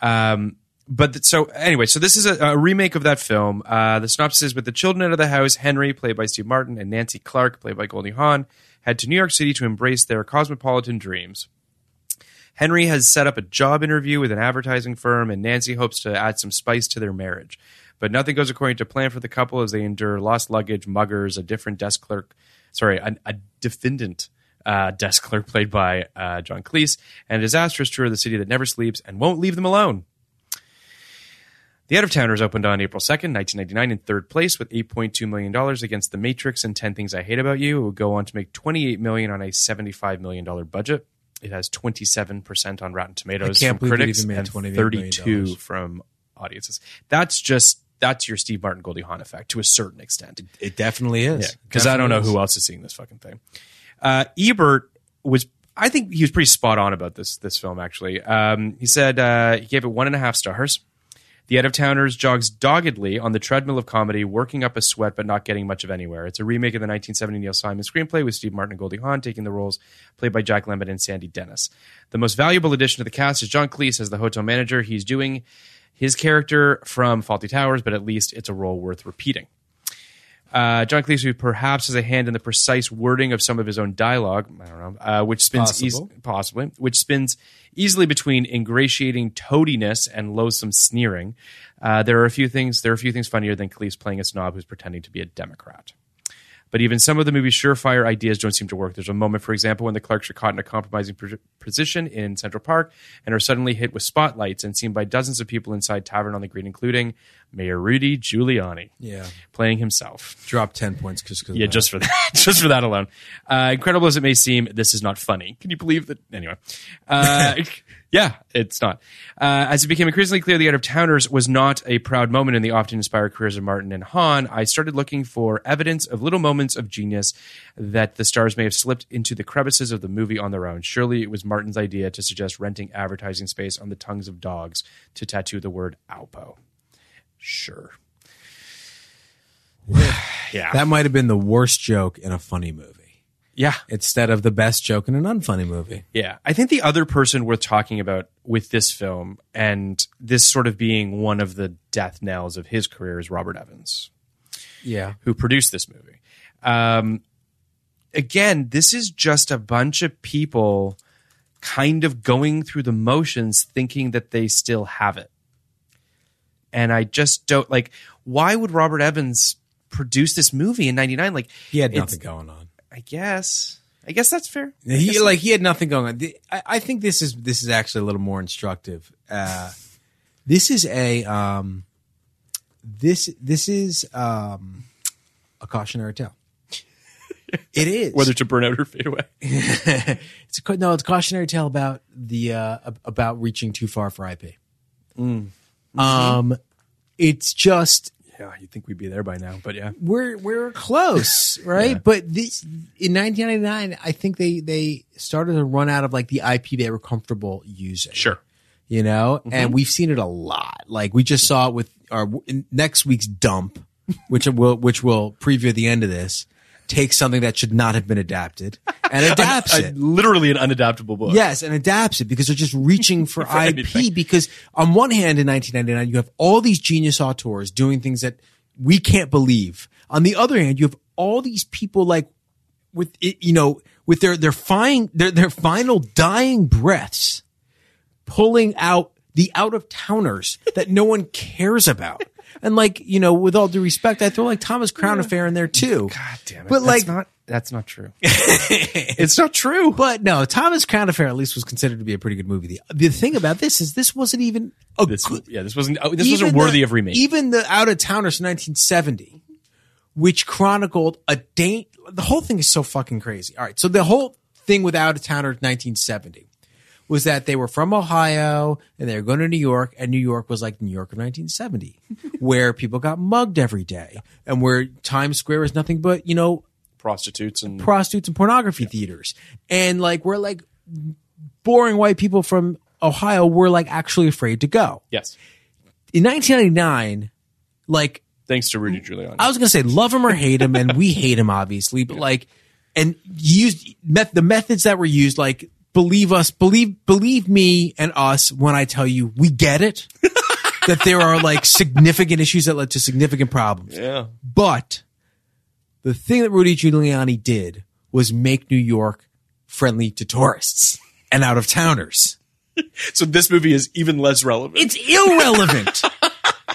A: Um, but th- so anyway, so this is a, a remake of that film. Uh, the synopsis is: With the children out of the house, Henry, played by Steve Martin, and Nancy Clark, played by Goldie Hawn, head to New York City to embrace their cosmopolitan dreams. Henry has set up a job interview with an advertising firm, and Nancy hopes to add some spice to their marriage. But nothing goes according to plan for the couple as they endure lost luggage, muggers, a different desk clerk, sorry, an, a defendant uh, desk clerk played by uh, John Cleese, and a disastrous tour of the city that never sleeps and won't leave them alone. The Out of Towners opened on April 2nd, 1999, in third place with $8.2 million against The Matrix and 10 Things I Hate About You. It would go on to make $28 million on a $75 million budget. It has 27% on Rotten Tomatoes
B: I can't
A: from
B: believe it
A: critics
B: even made
A: and
B: $28 million
A: 32 from audiences. That's just, that's your Steve Martin Goldie Hawn effect to a certain extent.
B: It definitely is
A: Because I don't know
B: Definitely is.
A: who else is seeing this fucking thing. Uh, Ebert was, I think, he was pretty spot on about this this film. Actually, um, he said uh, he gave it one and a half stars. The out of towners jogs doggedly on the treadmill of comedy, working up a sweat but not getting much of anywhere. It's a remake of the 1970 Neil Simon screenplay with Steve Martin and Goldie Hawn taking the roles played by Jack Lemmon and Sandy Dennis. The most valuable addition to the cast is John Cleese as the hotel manager. He's doing his character from Faulty Towers, but at least it's a role worth repeating. Uh, John Cleese, who perhaps has a hand in the precise wording of some of his own dialogue, I don't know, uh, which spins eas-
B: Possible.
A: possibly, which spins easily between ingratiating toadiness and loathsome sneering. Uh, there are a few things. There are a few things funnier than Cleese playing a snob who's pretending to be a Democrat. But even some of the movie's surefire ideas don't seem to work. There's a moment, for example, when the clerks are caught in a compromising pr- position in Central Park and are suddenly hit with spotlights and seen by dozens of people inside Tavern on the Green, including Mayor Rudy Giuliani
B: Yeah.
A: playing himself.
B: Drop 10 points just because.
A: Yeah, just for that, [LAUGHS] just for that alone. Uh, incredible as it may seem, this is not funny. Can you believe that? Anyway, uh, yeah, it's not. Uh, as it became increasingly clear, the out of towners was not a proud moment in the often inspired careers of Martin and Hahn. I started looking for evidence of little moments of genius that the stars may have slipped into the crevices of the movie on their own. Surely it was Martin's idea to suggest renting advertising space on the tongues of dogs to tattoo the word Alpo. Sure. yeah.
B: That might have been the worst joke in a funny movie
A: yeah.
B: instead of the best joke in an unfunny movie.
A: Yeah. I think the other person worth talking about with this film and this sort of being one of the death knells of his career is Robert Evans,
B: Yeah.
A: who produced this movie. Um, again, this is just a bunch of people kind of going through the motions thinking that they still have it. And I just don't like, why would Robert Evans produce this movie in 99? Like,
B: He had
A: it's-
B: nothing going on.
A: I guess. I guess that's fair. I
B: He
A: guess-
B: like he had nothing going on. The- I, I think this is this is actually a little more instructive. Uh, this is a um, this this is um, a cautionary
A: [LAUGHS]
B: tale. It is
A: whether to burn out or fade away.
B: [LAUGHS] it's a, cau- no, it's a cautionary tale about the uh, ab- about reaching too far for IP.
A: Mm.
B: Um, it's just
A: Yeah, you'd think we'd be there by now, but yeah.
B: we're we're close, right? But this in 1999, I think they they started to run out of like the IP they were comfortable using.
A: Sure.
B: you know, and we've seen it a lot. Like we just saw it with our in next week's dump, which [LAUGHS] will which will preview the end of this. Takes something that should not have been adapted and adapts
A: A-
B: it.
A: literally an unadaptable book.
B: Yes, and adapts it because they're just reaching
A: [LAUGHS]
B: for, IP. Because on one hand, in 1999, you have all these genius auteurs doing things that we can't believe. On the other hand, you have all these people like with it, you know with their their fine their their final dying breaths, pulling out the out of towners that no one cares about. And like you know, with all due respect, I throw like Thomas Crown affair in there too. God
A: Damn it.
B: But
A: that's
B: like,
A: not that's not true. it's not true.
B: but no, Thomas Crown Affair at least was considered to be a pretty good movie. The, the thing about this is this wasn't even a
A: This
B: good,
A: yeah, this wasn't oh, this wasn't
B: even
A: worthy
B: the-
A: of remake.
B: Even the Out of Towners from 1970, which chronicled a day. The whole thing is so fucking crazy. All right, so the whole thing with Out of Towners 1970 was that they were from Ohio and they were going to New York, and New York was like New York of 1970, [LAUGHS] where people got mugged every day, and where Times Square was nothing but you know
A: Prostitutes and
B: prostitutes and pornography theaters. And like we're like boring white people from Ohio were like actually afraid to go.
A: yes,
B: In 1999, like
A: thanks to Rudy Giuliani.
B: I was gonna say love him or hate him, and we hate him obviously, but like, and used met, the methods that were used, like believe us, believe believe me and us when I tell you we get it that there are like significant issues that led to significant problems.
A: yeah,
B: But the thing that Rudy Giuliani did was make New York friendly to tourists and out of towners.
A: so this movie is even less relevant.
B: It's
A: [LAUGHS]
B: irrelevant.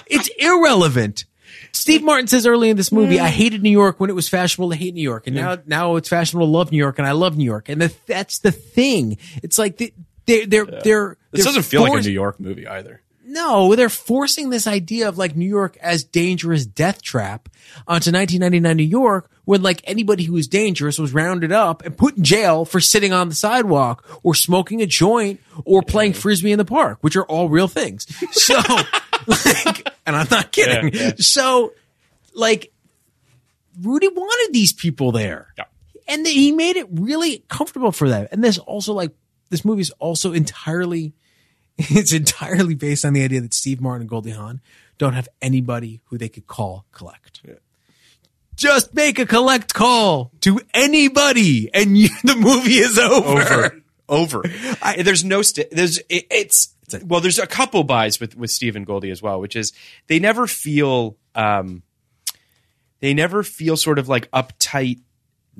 B: it's irrelevant. Steve Martin says early in this
A: Mm.
B: movie, I hated New York when it was fashionable to hate New York. And now, now it's fashionable to love New York and I love New York. And the, that's the thing. It's like the, they're, they're, they're,
A: this
B: they're
A: doesn't feel like
B: forced-
A: a New York movie either. [LAUGHS]
B: no, they're forcing this idea of like New York as dangerous death trap onto 1999 New York when like anybody who was dangerous was rounded up and put in jail for sitting on the sidewalk or smoking a joint or playing frisbee in the park, which are all real things. So, like, and I'm not kidding. So, like, Rudy wanted these people there.
A: Yeah.
B: and they, he made it really comfortable for them. And this also like this movie is also entirely [LAUGHS] it's entirely based on the idea that Steve Martin and Goldie Hawn don't have anybody who they could call collect. Just make a collect call to anybody, and [LAUGHS] you, the movie is over.
A: over over I, there's no st- there's it, it's well there's a couple buys with with steve and goldie as well which is they never feel um they never feel sort of like uptight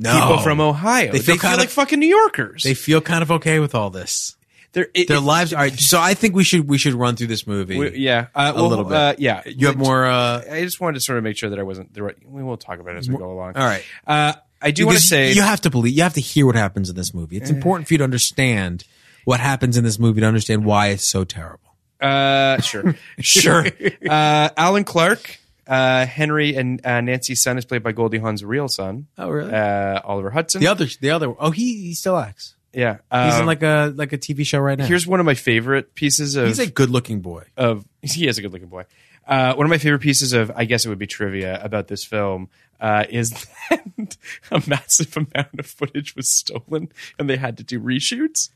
A: people from ohio they
B: They
A: feel,
B: feel kind of-
A: like fucking new yorkers
B: They feel kind of okay with all this.
A: They're- it-
B: Their
A: it-
B: lives are so. I think we should we should run through this movie.
A: we- yeah uh,
B: a
A: well,
B: little bit.
A: uh, yeah
B: you have more. Uh,
A: i just wanted to sort of make sure that i wasn't the right we will talk about it as we go along
B: all right.
A: uh i do want to
B: Because
A: say Eh.
B: you have to believe you have to hear what happens in this movie. It's important for you to understand what happens in this movie to understand why it's so terrible.
A: Uh,
B: [LAUGHS]
A: sure, sure. [LAUGHS] Uh, Alan Clark, uh, Henry, and uh, Nancy's son is played by Goldie Hawn's real son.
B: Oh, really?
A: Uh, Oliver Hudson.
B: The other, the other. Oh, he, he still acts.
A: Yeah,
B: He's
A: Um,
B: in like a like a TV show right now.
A: Here's one of my favorite pieces of.
B: he's a good looking boy.
A: of he is a good looking boy. Uh, one of my favorite pieces of I guess it would be trivia about this film uh, is [LAUGHS] that a massive amount of footage was stolen and they had to do reshoots.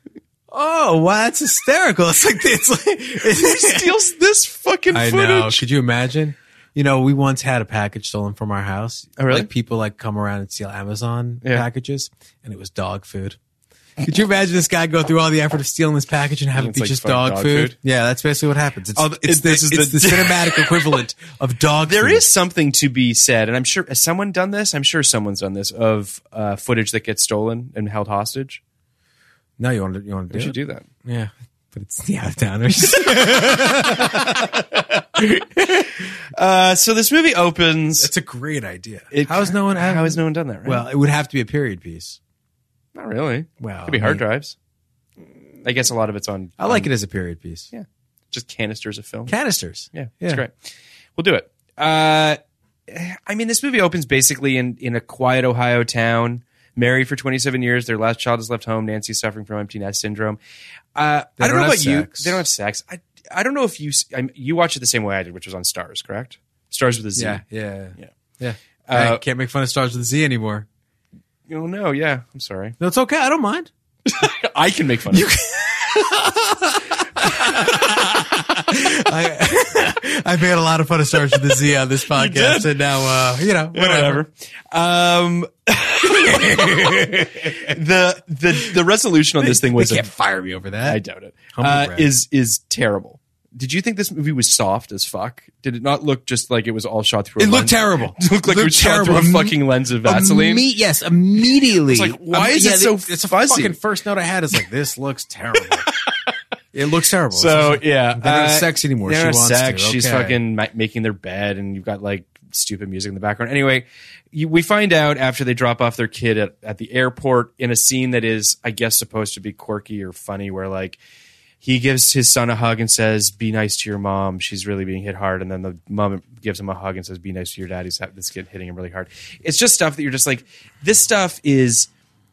B: Oh wow, that's hysterical. [LAUGHS] It's like it's like [LAUGHS]
A: Who steals this fucking
B: I
A: footage?
B: know. Could you imagine? You know, we once had a package stolen from our house.
A: Oh, really?
B: Like people like come around and steal Amazon
A: Yeah.
B: packages, and it was dog food. Could you imagine this guy go through all the effort of stealing this package and have it
A: It's
B: be
A: like
B: just
A: fucking
B: dog,
A: dog
B: food?
A: food.
B: Yeah, that's basically what happens. It's,
A: Oh,
B: it's,
A: it- this
B: this
A: is
B: is it's
A: the-
B: the, cinematic equivalent of dog.
A: There
B: food.
A: is something to be said, and I'm sure has someone done this. I'm sure someone's done this of uh, footage that gets stolen and held hostage.
B: no. You want to you want to
A: We
B: do,
A: should
B: it?
A: do that.
B: Yeah, but it's yeah downers.
A: Uh, so this movie opens.
B: that's a great idea.
A: It-
B: how has no one?
A: How has no one done that? Right?
B: Well, it would have to be a period piece.
A: not really.
B: Well,
A: could be
B: I
A: hard
B: mean-
A: drives. I guess a lot of it's on.
B: I like it as a period piece.
A: Yeah, just canisters of film.
B: Canisters.
A: yeah, it's great. We'll do it. Uh, I mean, this movie opens basically in in a quiet Ohio town. Married for 27 years, their last child has left home. Nancy's suffering from empty nest syndrome. Uh,
B: They
A: I don't
B: don't
A: know about
B: have
A: you.
B: sex.
A: They don't have sex. I I don't know if you s- I'm, you watch it the same way I did, which was on Stars, correct? Stars with a Z.
B: Yeah, yeah, yeah, yeah.
A: Uh,
B: I can't make fun of stars with a Z anymore.
A: Oh no, yeah. I'm sorry.
B: No, it's okay. I don't mind.
A: I can make fun of you.
B: I I made a lot of fun of stars with a Z on [LAUGHS] this podcast, and now uh, you know whatever.
A: whatever. Um, the the the resolution on this thing was
B: they
A: a-
B: can't fire me over that.
A: I doubt it.
B: Humble
A: Uh,
B: brag.
A: is is terrible. Did you think this movie was soft as fuck? Did it not look just like it was all shot through?
B: It
A: a lens?
B: looked terrible.
A: [LAUGHS] It looked like it was shot through a
B: Imme-
A: fucking lens of Vaseline.
B: imme- yes, immediately.
A: It's like, why is it so
B: Um, It's a
A: fuzzy?
B: fucking first note I had is like this looks
A: [LAUGHS]
B: terrible. it looks terrible. It's
A: So
B: just-
A: yeah, uh,
B: they don't have sex anymore.
A: They don't
B: She
A: have
B: wants
A: sex.
B: to.
A: She's
B: Okay.
A: fucking ma- making their bed, and you've got like stupid music in the background. Anyway, you, we find out after they drop off their kid at, at the airport in a scene that is, I guess, supposed to be quirky or funny, where like he gives his son a hug and says, "Be nice to your mom. She's really being hit hard." And then the mom gives him a hug and says, "Be nice to your dad. He's ha- this kid hitting him really hard." It's just stuff that you're just like, this stuff is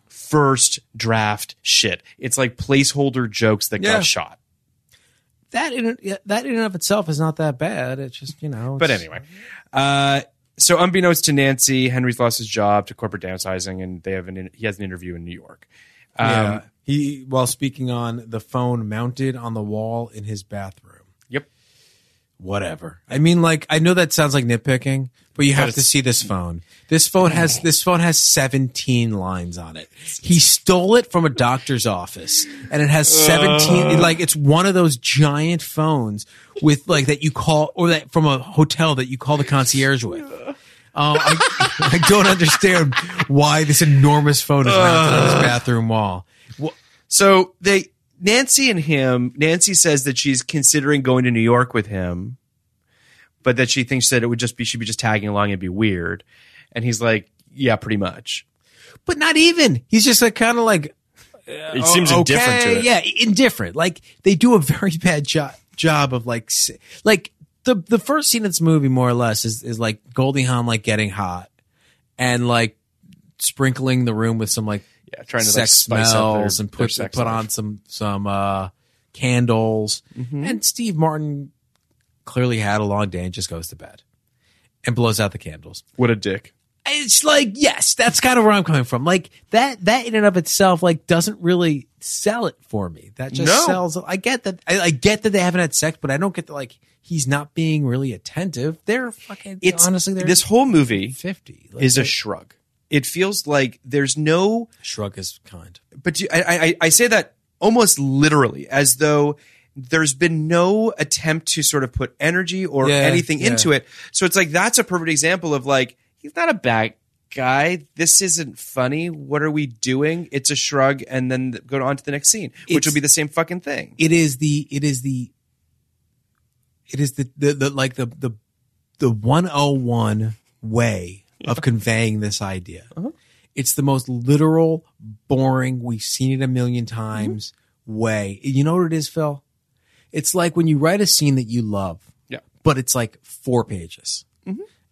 A: first draft shit. It's like placeholder jokes that
B: Yeah.
A: got shot.
B: that in yeah, that in and of itself is not that bad. It's just you know.
A: But
B: it's-
A: anyway, uh, so unbeknownst to Nancy, Henry's lost his job to corporate downsizing, and they have an in- he has an interview in New York. Um,
B: Yeah. he while speaking on the phone mounted on the wall in his bathroom.
A: Yep.
B: Whatever. I mean, like I know that sounds like nitpicking, but you have to see this phone. This phone has this phone has seventeen lines on it. He stole it from a doctor's office, and it has seventeen. like it's one of those giant phones with like that you call or that from a hotel that you call the concierge with. Um, I, [LAUGHS] I don't understand why this enormous phone is mounted on this bathroom wall.
A: So they Nancy and him. Nancy says that she's considering going to New York with him, but that she thinks that it would just be she'd be just tagging along and be weird. And he's like, "Yeah, pretty much."
B: But not even. He's just like kind of like uh,
A: It seems
B: okay, Yeah, indifferent. Like they do a [LAUGHS] very bad job job of like s- like the the first scene of this movie more or less is is like Goldie Hawn like getting hot and like sprinkling the room with some like
A: Yeah, trying to like
B: sex
A: spice up their,
B: smells and
A: their
B: put
A: sex
B: put
A: life.
B: on some some uh, candles.
A: Mm-hmm.
B: And Steve Martin clearly had a long day and just goes to bed and blows out the candles.
A: What a dick!
B: it's like yes, that's kind of where I'm coming from. Like that that in and of itself like doesn't really sell it for me. That just
A: No.
B: sells. I get that. I, I get that they haven't had sex, but I don't get that. Like he's not being really attentive. They're fucking.
A: It's
B: honestly they're
A: this whole movie
B: fifty Like,
A: is a
B: they-
A: shrug. It feels like there's no
B: shrug is kind.
A: but you, I, I, I say that almost literally as though there's been no attempt to sort of put energy or
B: Yeah,
A: anything
B: yeah.
A: into it. So it's like that's a perfect example of like he's not a bad guy. This isn't funny. What are we doing? It's a shrug, and then th- go on to the next scene, which
B: It's-
A: will be the same fucking thing.
B: It is the it is the it is the the, the like the the the 101 way of conveying this idea. It's the most literal, boring, we've seen it a million times way. You know what it is, Phil? It's like when you write a scene that you love,
A: Yeah.
B: but it's like four pages.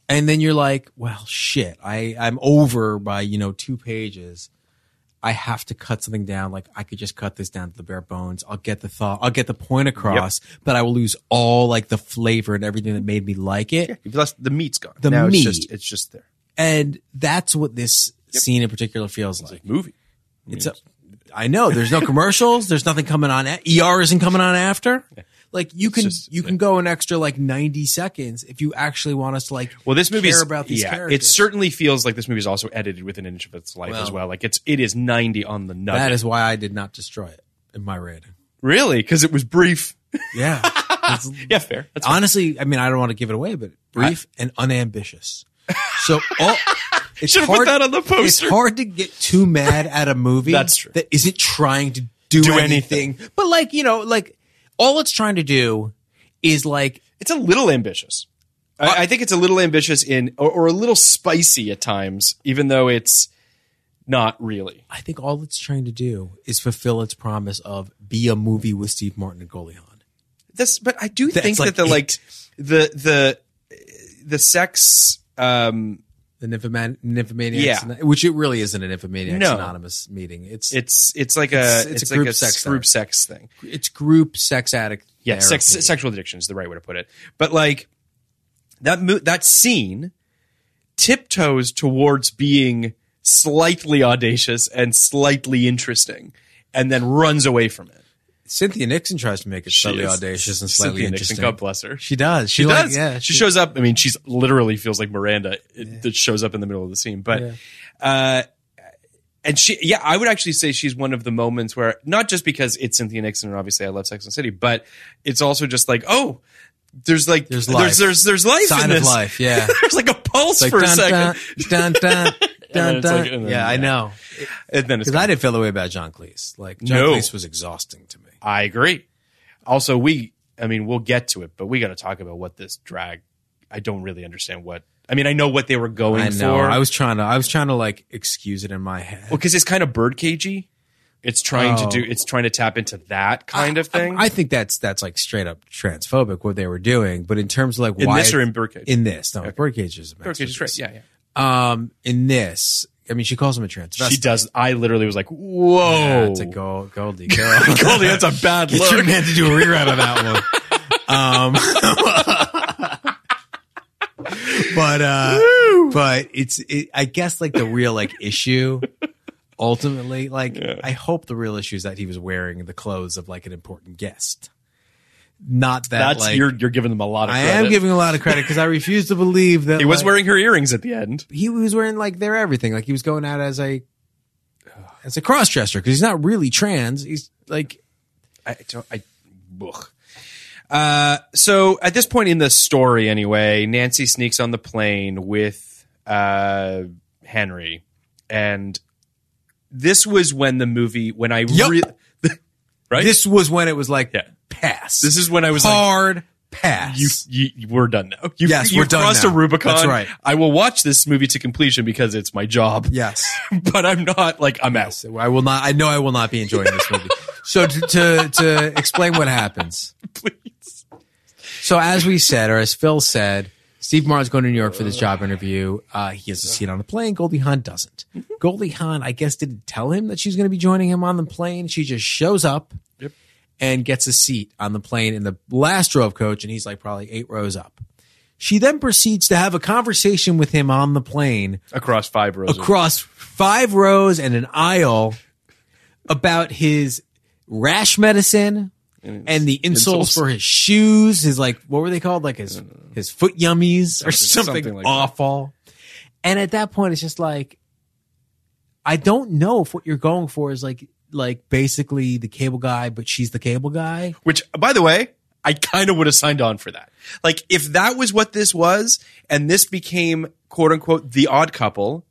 B: And then you're like, well, shit, I, I'm over by, you know, two pages. I have to cut something down. Like I could just cut this down to the bare bones. I'll get the thought. I'll get the point across, but I will lose all like the flavor and everything that made me like it.
A: You've lost the meat's gone.
B: The
A: now
B: meat.
A: It's just, it's just there.
B: And that's what this scene in particular feels like.
A: Movie.
B: It's a, I know there's no commercials. There's nothing coming on. a- ER isn't coming on after. Like you can you can go an extra like 90 seconds if you actually want us to like
A: Well, this movie
B: care about these characters.
A: It certainly feels like this movie is also edited with an inch of its life as well. Like it's it is ninety on the nut.
B: that is why I did not destroy it in my rating.
A: really because it was brief.
B: Ah, Yeah. It's-
A: Yeah, fair. That's
B: honestly, I mean, I don't want to give it away, but brief and unambitious. So all,
A: [LAUGHS]
B: it's
A: Should've put
B: hard.
A: that on the poster.
B: It's hard to get too mad at a movie
A: That's true.
B: that isn't trying to do,
A: Do
B: anything. But like you know, like all it's trying to do is like
A: It's a little ambitious. I, I think it's a little ambitious in, or, or a little spicy at times, even though it's not really.
B: I think all it's trying to do is fulfill its promise of be a movie with Steve Martin and Goldie Hawn.
A: That's, but I do
B: That's
A: think
B: like
A: that the
B: it.
A: like the the the sex. Um,
B: The Nymphoman- Nymphomaniacs,
A: Yeah.
B: which it really isn't an Nymphomaniacs
A: No.
B: Anonymous meeting. It's it's,
A: it's it's like
B: It's-
A: a
B: it's
A: it's,
B: a
A: like
B: group
A: a
B: sex
A: group
B: thing.
A: sex thing.
B: group sex addict.
A: Yeah, sex,
B: therapy.
A: sexual addiction is the right way to put it. But like that mo- that scene tiptoes towards being slightly audacious and slightly interesting, and then runs away from it.
B: Cynthia Nixon tries to make it slightly
A: is-
B: audacious
A: Cynthia
B: and slightly
A: Nixon,
B: interesting.
A: God bless her.
B: She does. She,
A: She
B: like,
A: does.
B: Yeah,
A: she, shows up. I mean, she's literally feels like Miranda it- that shows up in the middle of the scene. But, uh, and she, yeah, I would actually say she's one of the moments where not just because it's Cynthia Nixon and obviously I love Sex and the City, but it's also just like, oh, there's like
B: There's
A: there's
B: life.
A: there's there's, life in
B: sign
A: this. [LAUGHS]
B: of life. Yeah,
A: there's like a pulse
B: It's like,
A: for a
B: dun,
A: second, [LAUGHS]
B: Dun, dun,
A: then
B: dun, dun,
A: it's like-
B: dun.
A: and then,
B: yeah, I
A: yeah.
B: know.
A: and then it's
B: Because I didn't feel the way about John Cleese. Like John
A: No.
B: Cleese was exhausting to me.
A: I agree. Also, we, I mean, we'll get to it, but we got to talk about what this drag. I don't really understand what. I mean, I know what they were going
B: I know.
A: for.
B: I was trying to. I was trying to like excuse it in my head.
A: Well, because it's kind of birdcagey. It's trying
B: Oh.
A: to do. It's trying to tap into that kind of thing.
B: I, I think that's that's like straight up transphobic what they were doing. But in terms of like
A: in
B: why
A: this or in birdcage.
B: in this, no, birdcage is a
A: birdcage is right.
B: masterpiece.
A: Yeah, yeah.
B: Um, in this, I mean, she calls him a transvestite.
A: She Oh. does. I literally was like, "Whoa!"
B: Yeah, it's a
A: [LAUGHS]
B: gold, goldie girl.
A: Goldie, that's a
B: [LAUGHS]
A: bad
B: Get your
A: look.
B: man to do a rewrite on that one. Um, [LAUGHS] but uh, but it's it, I guess like the real like issue ultimately like I hope the real issue is that he was wearing the clothes of like an important guest, not that
A: That's
B: like
A: you're you're giving them a
B: [LAUGHS]
A: lot of.
B: I
A: credit.
B: am giving a lot of credit because I refuse to believe that
A: He was
B: like,
A: wearing her earrings at the end.
B: he was wearing like their everything like he was going out as a as a cross dresser because he's not really trans he's like
A: I don't. I. Ugh. Uh, so at this point in the story, anyway, Nancy sneaks on the plane with uh, Henry, and this was when the movie when I
B: Yup.
A: really right
B: This was when it was like
A: Yeah.
B: pass.
A: This is when I was like-
B: hard pass.
A: you, you, you- we're done now. You,
B: Yes,
A: you
B: we're done
A: crossed
B: now.
A: a Rubicon.
B: That's right.
A: I will watch this movie to completion because it's my job. [LAUGHS]
B: yes.
A: but I'm not like I'm out.
B: So I will not. I know I will not be enjoying this [LAUGHS] movie. So to, to to explain what [LAUGHS] happens,
A: Please.
B: So as we said, or as Phil said, Steve Martin's going to New York for this job interview. Uh, he has a seat on the plane. Goldie Hawn doesn't. Goldie Hawn, I guess, didn't tell him that she's going to be joining him on the plane. She just shows up and gets a seat on the plane in the last row of coach, and he's like probably eight rows up. She then proceeds to have a conversation with him on the plane
A: across five rows. of-
B: across five rows and an aisle about his rash medicine and the insoles,
A: insoles.
B: for his shoes, his like what were they called? Like his his foot yummies or something,
A: something like that.
B: awful. And at that point, it's just like I don't know if what you're going for is like like basically the cable guy, but she's the cable guy.
A: Which, by the way, I kind of would have signed on for that. Like, if that was what this was, and this became quote unquote the odd couple,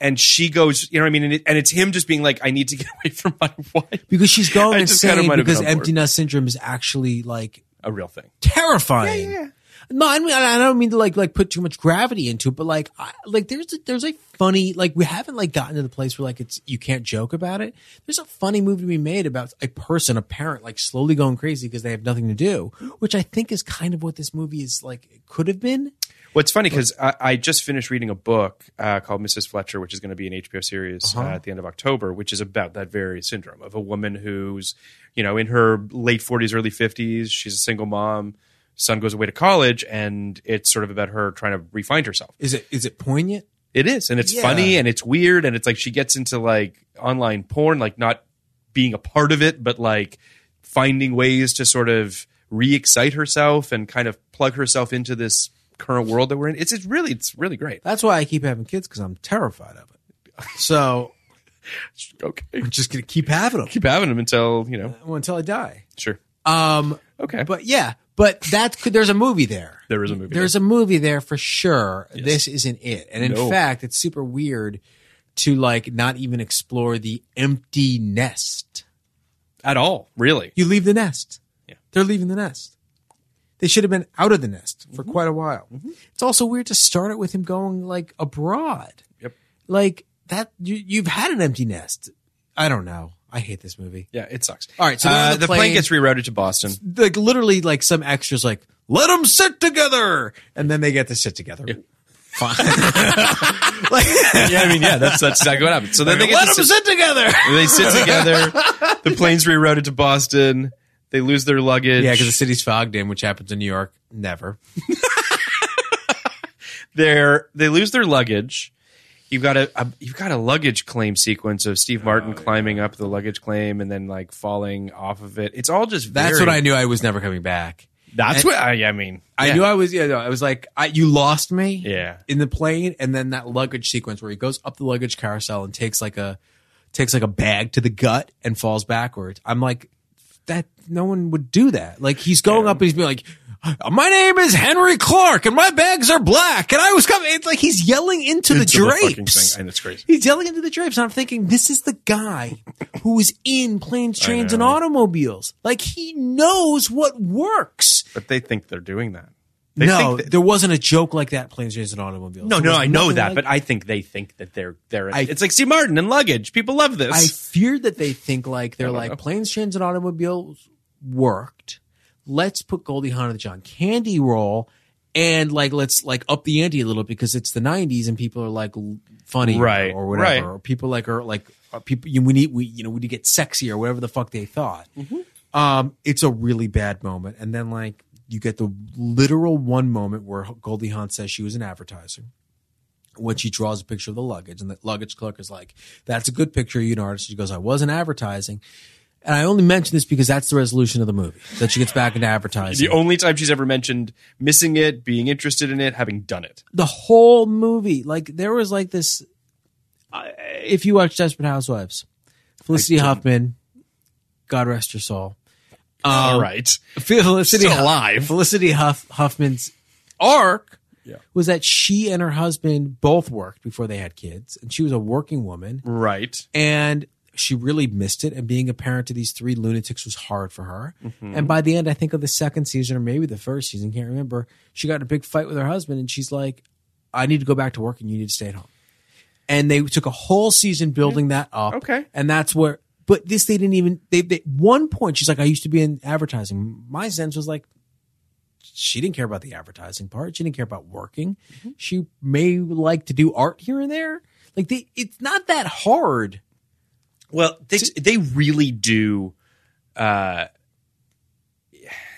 A: and she goes, you know what I mean? And, it, and it's him just being like, I need to get [LAUGHS] away from my wife.
B: Because she's going
A: I just
B: insane
A: kinda might have
B: because
A: been on board.
B: empty nest syndrome is actually like
A: A real thing.
B: terrifying. No, I mean I don't mean to like like put too much gravity into it, but like I, like there's a, there's a funny like we haven't like gotten to the place where like it's you can't joke about it. There's a funny movie to be made about a person, a parent, like slowly going crazy because they have nothing to do, which I think is kind of what this movie is like could have been.
A: Well, it's funny because I, I just finished reading a book uh, called Mrs. Fletcher, which is going to be an HBO series uh at the end of October, which is about that very syndrome of a woman who's, you know, in her late 40s, early 50s. She's a single mom. Son goes away to college, and it's sort of about her trying to refine herself.
B: Is it is it poignant?
A: It is, and it's
B: Yeah.
A: funny, and it's weird, and it's like she gets into like online porn, like not being a part of it, but like finding ways to sort of re-excite herself and kind of plug herself into this current world that we're in. It's, it's really, it's really great.
B: That's why I keep having kids because I'm terrified of it. So
A: Okay,
B: I'm just gonna keep having them
A: keep having them until you know.
B: until I die.
A: Sure.
B: Um,
A: Okay.
B: but yeah, but that's there's a movie there.
A: There is a movie.
B: There's a movie there for sure. This isn't it. And in
A: No.
B: fact, it's super weird to like not even explore the empty nest.
A: at all, really.
B: You leave the nest.
A: Yeah.
B: They're leaving the nest. They should have been out of the nest for
A: Mm-hmm.
B: quite a while. It's also weird to start it with him going like abroad.
A: Yep.
B: Like that you, you've had an empty nest. I don't know. I hate this movie.
A: Yeah, it sucks.
B: All right, so they're on
A: uh,
B: the
A: the plane,
B: plane.
A: gets rerouted to Boston.
B: Like literally like some extras like let them sit together and then they get to sit together. Fine. like
A: yeah, I mean, yeah, that's that's exactly what happened. So
B: [LAUGHS]
A: then they get to sit-
B: together.
A: they
B: [LAUGHS]
A: sit together. The plane's rerouted to Boston. They lose their luggage.
B: Yeah, because the city's fogged in, which happens in New York. Never.
A: they're they lose their luggage. You've got a, a you've got a luggage claim sequence of Steve Martin climbing up the luggage claim and then like falling off of it. It's all just
B: That's
A: very-
B: what I knew. I was never coming back.
A: That's what I, I mean.
B: I
A: Yeah.
B: knew I was. Yeah, no, I was like, I, you lost me.
A: Yeah.
B: In the plane, and then that luggage sequence where he goes up the luggage carousel and takes like a takes like a bag to the gut and falls backwards. I'm like, that no one would do that. Like he's going up and he's being like. My name is Henry Clark, and my bags are black. And I was coming. It's like he's yelling into the
A: Into the fucking
B: drapes.
A: thing, and it's crazy.
B: He's yelling into the drapes, and I'm thinking, this is the guy who is in planes, trains, and automobiles. Like he knows what works.
A: But they think they're doing that. They
B: no,
A: think that-
B: there wasn't a joke like that. Planes, trains, and automobiles.
A: no,
B: There
A: no,
B: was
A: I know
B: nothing
A: that,
B: like-
A: but I think they think that they're they're.
B: I-
A: it's like Steve Martin and luggage. People love this.
B: I feared that they think like they're
A: Uh-huh.
B: like planes, trains, and automobiles worked. Let's put Goldie Hawn in the John Candy role, and like let's like up the ante a little because it's the '90s and people are like l- funny,
A: Right,
B: or whatever,
A: right.
B: or people like are like uh, people. You, we need we you know we need to get sexy or whatever the fuck they thought. Um, it's a really bad moment, and then like you get the literal one moment where Goldie Hawn says she was an advertiser when she draws a picture of the luggage and the luggage clerk is like, that's a good picture. You an artist. She goes, I wasn't advertising. And I only mention this because that's the resolution of the movie that she gets back into advertising.
A: the
B: The,
A: only time she's ever mentioned missing it, being interested in it, having done it.
B: whole movie, like there was like this, I if you watch Desperate Housewives, Felicity Huffman, God rest her soul. Oh.
A: All right.
B: [LAUGHS] Felicity
A: Still alive.
B: Felicity Huff, Huffman's arc was that she and her husband both worked before they had kids, and she was a working woman.
A: Right.
B: and she really missed it. And being a parent to these three lunatics was hard for her. And by the end, I think of the second season or maybe the first season, can't remember. She got in a big fight with her husband, and she's like, "I need to go back to work, and you need to stay at home." And they took a whole season building that up.
A: Okay.
B: and that's where. But this, they didn't even. They, they one point, she's like, "I used to be in advertising." My sense was like, she didn't care about the advertising part. She didn't care about working. She may like to do art here and there. Like they, it's not that hard.
A: Well, they they really do. Uh,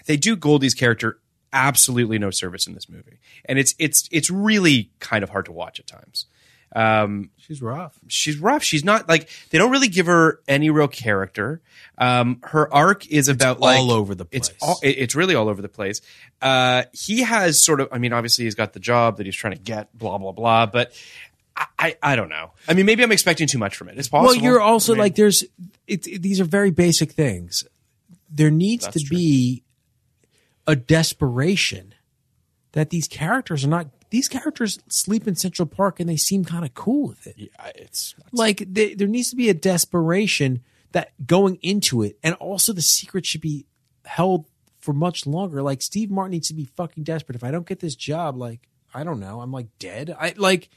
A: they do Goldie's character absolutely no service in this movie, and it's it's it's really kind of hard to watch at times. Um,
B: She's rough.
A: she's rough. She's not like they don't really give her any real character. Um, her arc is about like
B: all over the
A: It's
B: place.
A: all, it- it's really all over the place. Uh, he has sort of. I mean, obviously he's got the job that he's trying to get. Blah blah blah. But I I, I don't know. I mean, maybe I'm expecting too much from it. It's possible.
B: Well, you're
A: I
B: also
A: mean,
B: like there's it, it- these are very basic things. There needs to be a desperation that these characters are not. These characters sleep in Central Park and they seem kind of cool with it.
A: I- it's
B: Like they, there needs to be a desperation that going into it, and also the secret should be held for much longer. Like Steve Martin needs to be fucking desperate. If I don't get this job, like I don't know, I'm like dead. I like,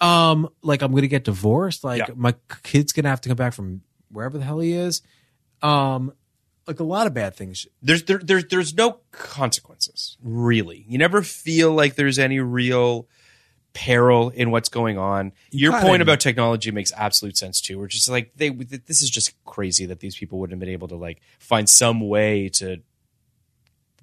B: um, like I'm gonna get divorced. Like
A: Yeah.
B: my kid's gonna have to come back from wherever the hell he is. Um, like a lot of bad things.
A: there's there, there's there's no consequences really. You never feel like there's any real peril in what's going on. Your
B: kinda
A: point
B: do.
A: about technology makes absolute sense too. We're just like they this is just crazy that these people would have been able to like find some way to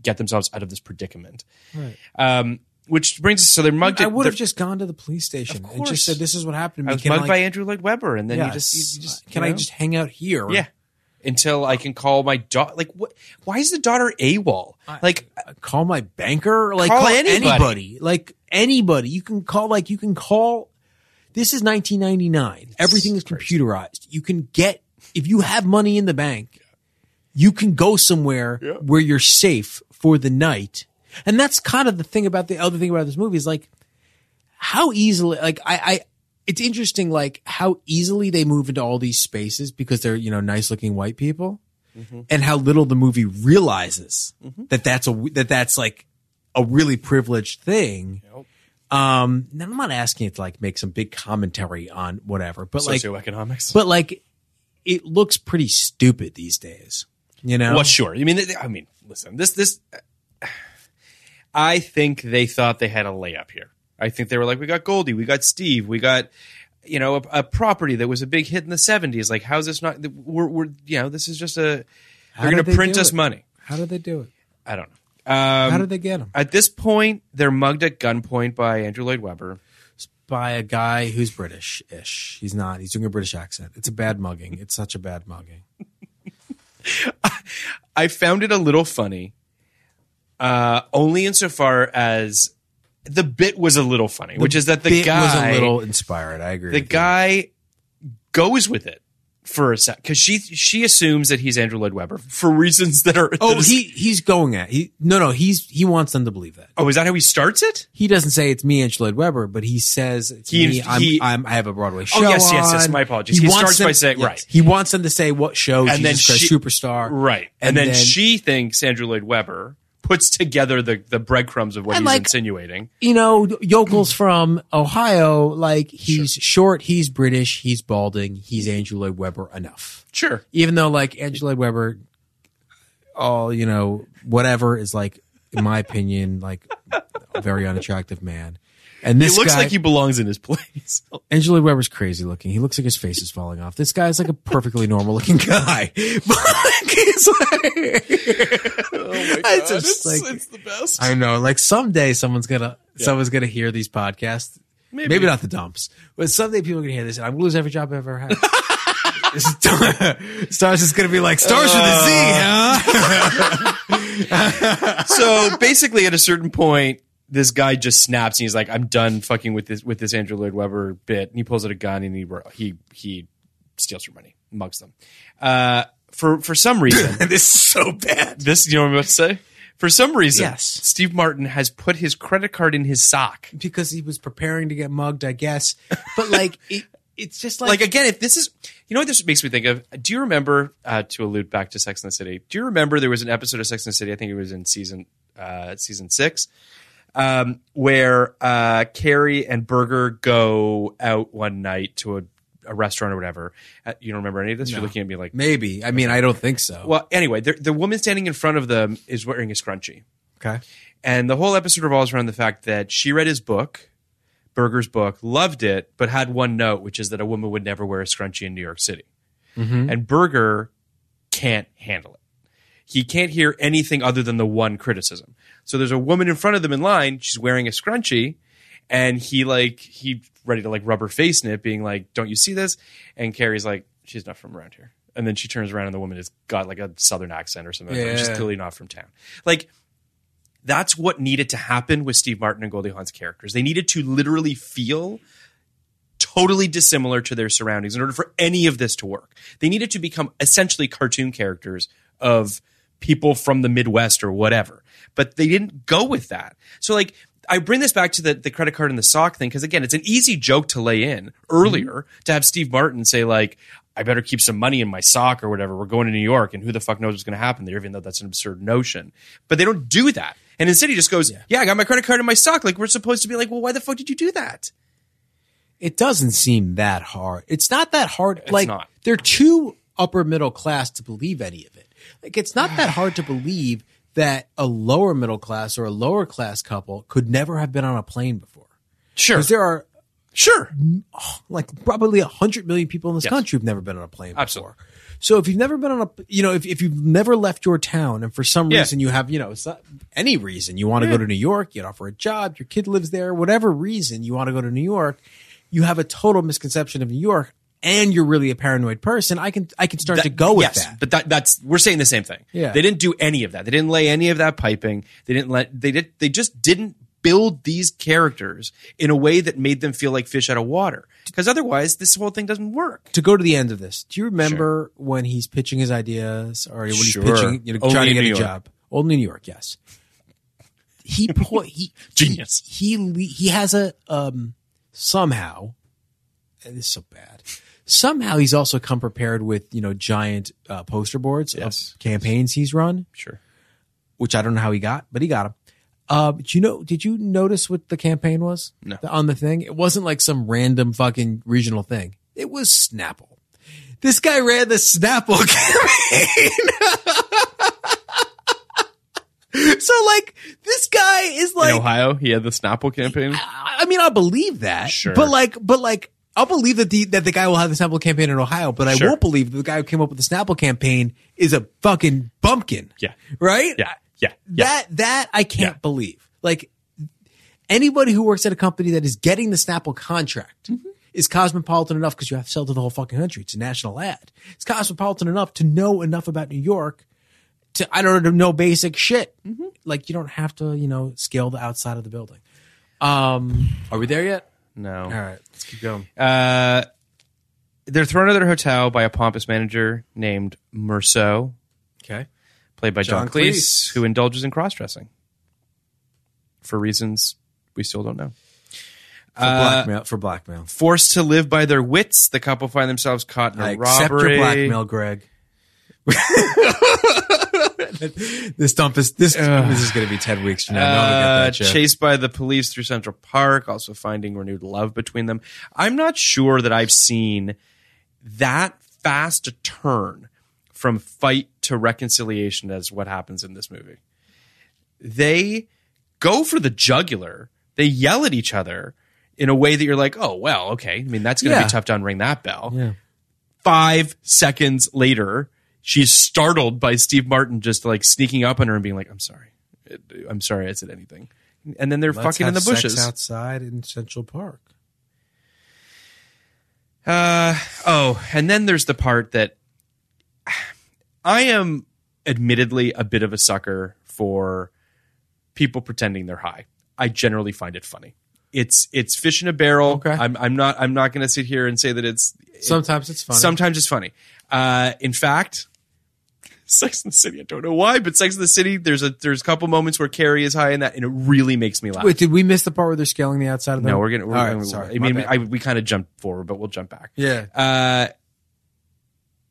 A: get themselves out of this predicament.
B: Right.
A: Um, which brings us so they're mugged.
B: I
A: at-
B: would have
A: they're-
B: just gone to the police station and
A: course.
B: just said, "This is what happened to me."
A: I was
B: Can
A: mugged
B: I-
A: by Andrew Lloyd Webber, and then you
B: Yes.
A: just you just
B: can
A: you
B: I
A: know?
B: just hang out here?
A: yeah. Until I can call my daughter. Like, what? Why is the daughter AWOL? Like,
B: call my banker like
A: Call
B: call,
A: anybody.
B: anybody. like anybody you can call like you can call this is 1999 everything is computerized you can get if you have money in the bank you can go somewhere where you're safe for the night and that's kind of the thing about the other thing about this movie is like how easily like I, I it's interesting like how easily they move into all these spaces because they're you know nice looking white people
A: Mm-hmm.
B: and how little the movie realizes that that's a that that's like a really privileged thing um now i'm not asking it to like make some big commentary on whatever but like
A: socioeconomics.
B: but like it looks pretty stupid these days you know
A: Well, sure. I mean, th- I mean, listen. This, this. I think they thought they had a layup here. I think they were like, we got Goldie, we got Steve, we got, you know, a, a property that was a big hit in the seventies. Like, how's this not? We're, we're, you know, this is just a.
B: How
A: they're
B: did
A: going to
B: they
A: print
B: do
A: us
B: it?
A: money.
B: how did they do it
A: I don't know. Um,
B: how did they get him
A: At this point, they're mugged at gunpoint by Andrew Lloyd Webber.
B: by a guy who's british-ish he's not he's doing a british accent it's a bad mugging it's such a bad mugging
A: I found it a little funny, uh, only insofar as the bit was a little funny, which is that the
B: bit
A: guy
B: was a little inspired. I agree.
A: the
B: with you.
A: guy goes with it for a sec because she she assumes that he's Andrew Lloyd Webber for reasons that are
B: Oh,
A: that is-
B: he he's going at he. No, no, he's he wants them to believe that.
A: oh is that how he starts it?
B: He doesn't say it's me, Angela Lloyd Webber, but he says it's
A: He-
B: me. I'm,
A: he-
B: I'm, I have a Broadway show.
A: Oh, yes, yes, yes,
B: on.
A: my apologies. He starts by saying- right.
B: He wants them to say what show
A: And
B: and
A: then
B: Jesus
A: she-
B: then Christ, superstar.
A: Right, and, then, she thinks Andrew Lloyd Webber puts together the the breadcrumbs of what
B: And,
A: he's
B: like-
A: insinuating.
B: you know, Yokel's from Ohio. Like he's short, he's British, he's balding, he's Angela Lloyd Webber. Enough.
A: Sure,
B: even though like Angela Lloyd Webber, all you know, whatever is like, in my opinion, like a very unattractive man. And
A: he
B: this
A: looks
B: guy,
A: like he belongs in his place.
B: Angela Lloyd Webber's crazy looking. He looks like his face is falling off. This guy's like a perfectly normal looking guy. [LAUGHS] But like, it's like, I just like,
A: the best.
B: I know, like someday someone's gonna, someone's gonna hear these podcasts. Maybe. not the dumps, but someday people are gonna hear this, and I'm gonna lose every job I've ever had. [LAUGHS] Star- Stars is gonna be like stars with a Z, huh?
A: so basically, at a certain point, this guy just snaps and he's like, "I'm done fucking with this with this Andrew Lloyd Webber bit." And he pulls out a gun and he he he steals your money, mugs them. Uh, for for some reason,
B: And [LAUGHS] this is so bad.
A: this you know what I'm about to say. For some reason,
B: Yes.
A: Steve Martin has put his credit card in his sock.
B: Because he was preparing to get mugged, I guess. But like, it, it's [LAUGHS] just like,
A: Like again, if this is, you know what this makes me think of? Do you remember uh, to allude back to Sex and the City? Do you remember there was an episode of Sex and the City? I think it was in season uh, season six, um, where uh, Carrie and Berger go out one night to a, a restaurant or whatever. Uh, you don't remember any of this? You're looking at me like,
B: [LAUGHS] maybe. I mean, I don't think so.
A: well, anyway, the, the woman standing in front of them is wearing a scrunchie.
B: okay.
A: And the whole episode revolves around the fact that she read his book, Berger's book, loved it, but had one note, which is that a woman would never wear a scrunchie in New York City. And Berger can't handle it. He can't hear anything other than the one criticism. So there's a woman in front of them in line. She's wearing a scrunchie, and he like he ready to like rub her face in it, being like, "Don't you see this?" And Carrie's like, "She's not from around here." And then she turns around, and the woman has got like a southern accent or something.
B: Yeah.
A: She's clearly not from town. Like that's what needed to happen with Steve Martin and Goldie Hawn's characters. They needed to literally feel totally dissimilar to their surroundings in order for any of this to work. They needed to become essentially cartoon characters of people from the Midwest or whatever. But they didn't go with that. So like I bring this back to the, the credit card and the sock thing because again, it's an easy joke to lay in earlier to have Steve Martin say like, I better keep some money in my sock or whatever. We're going to New York and who the fuck knows what's going to happen there, even though that's an absurd notion. But they don't do that. And instead he just goes, yeah. I got my credit card in my sock. Like we're supposed to be like, well, why the fuck did you do that?
B: it doesn't seem that hard. It's not that hard. like
A: not.
B: they're too upper middle class to believe any of it. Like it's not that hard to believe that a lower middle class or a lower class couple could never have been on a plane before.
A: Sure.
B: Because there are
A: Sure.
B: [SIGHS] like probably a hundred million people in this
A: Yes.
B: country who've never been on a plane
A: Absolutely.
B: before. So if you've never been on a, you know, if, if you've never left your town and for some
A: Yeah.
B: reason you have, you know, it's not any reason you want to go to New York, you get offer a job, your kid lives there, whatever reason you want to go to New York, you have a total misconception of New York and you're really a paranoid person. I can, I can start to
A: That-
B: go with
A: yes,
B: that.
A: But that, that's we're saying the same thing.
B: Yeah.
A: They didn't do any of that. They didn't lay any of that piping. They didn't let they did they just didn't build these characters in a way that made them feel like fish out of water. Because otherwise this whole thing doesn't work.
B: to go to the end of this, do you remember when he's pitching his ideas or when
A: Sure.
B: he's pitching, you know,
A: Only
B: trying to
A: in
B: get
A: New
B: a
A: York.
B: job? Only in New York, yes. He,
A: [LAUGHS]
B: po- he
A: Genius.
B: He he, le- he has a um somehow. and This is so bad. Somehow he's also come prepared with you know giant uh, poster boards
A: Yes.
B: of campaigns he's run,
A: Sure.
B: which I don't know how he got, but he got them. Uh, do you know? Did you notice what the campaign was
A: No.
B: The- on the thing? It wasn't like some random fucking regional thing. It was Snapple. This guy ran the Snapple [LAUGHS] campaign. [LAUGHS] so like this guy is like
A: In Ohio, he had Oh, the Snapple campaign.
B: I I mean, I believe that.
A: Sure.
B: But like, but like, I'll believe that the that the guy will have the Snapple campaign in Ohio, but I
A: Sure.
B: won't believe that the guy who came up with the Snapple campaign is a fucking bumpkin.
A: Yeah.
B: Right.
A: Yeah. Yeah. Yeah.
B: That that I can't
A: Yeah.
B: believe. Like anybody who works at a company that is getting the Snapple contract is cosmopolitan enough because you have to sell to the whole fucking country. It's a national ad. It's cosmopolitan enough to know enough about New York to I don't know, know basic shit. Like you don't have to, you know, scale the outside of the building. Um, are we there yet?
A: No.
B: All right, let's keep going.
A: Uh, they're thrown out of their hotel by a pompous manager named Merceau,
B: Okay.
A: played by John,
B: John
A: Cleese,
B: Cleese.
A: who indulges in cross dressing for reasons we still don't know.
B: For blackmail. For blackmail.
A: Forced to live by their wits, the couple find themselves caught in a
B: I accept
A: robbery.
B: your blackmail, Greg. [LAUGHS] this dump is this. this is going to be ten weeks from now. No one will get
A: Uh,
B: that joke.
A: chased by the police through Central Park, also finding renewed love between them. I'm not sure that I've seen that fast a turn from fight to reconciliation as what happens in this movie. They go for the jugular. They yell at each other in a way that you're like, oh, well, okay. I mean, that's going to
B: Yeah.
A: be tough to unring that bell. Five seconds later, she's startled by Steve Martin just like sneaking up on her and being like, I'm sorry. I'm sorry I said anything. And then they're
B: Let's
A: fucking in the
B: have sex
A: bushes.
B: outside in Central Park.
A: Uh, oh, and then there's the part that I am admittedly a bit of a sucker for people pretending they're high. I generally find it funny. It's it's fish in a barrel.
B: Okay.
A: I'm I'm not I'm not going to sit here and say that it's
B: Sometimes it's funny.
A: Sometimes it's funny. Uh, in fact, Sex in the City. I don't know why, but Sex in the City. There's a there's a couple moments where Carrie is high in that, and it really makes me laugh.
B: Wait, did we miss the part where they're scaling the outside of the?
A: no, we're gonna. We're
B: All right,
A: gonna
B: sorry.
A: I
B: my
A: mean,
B: bad.
A: I, we kind of jumped forward, but we'll jump back.
B: yeah.
A: Uh,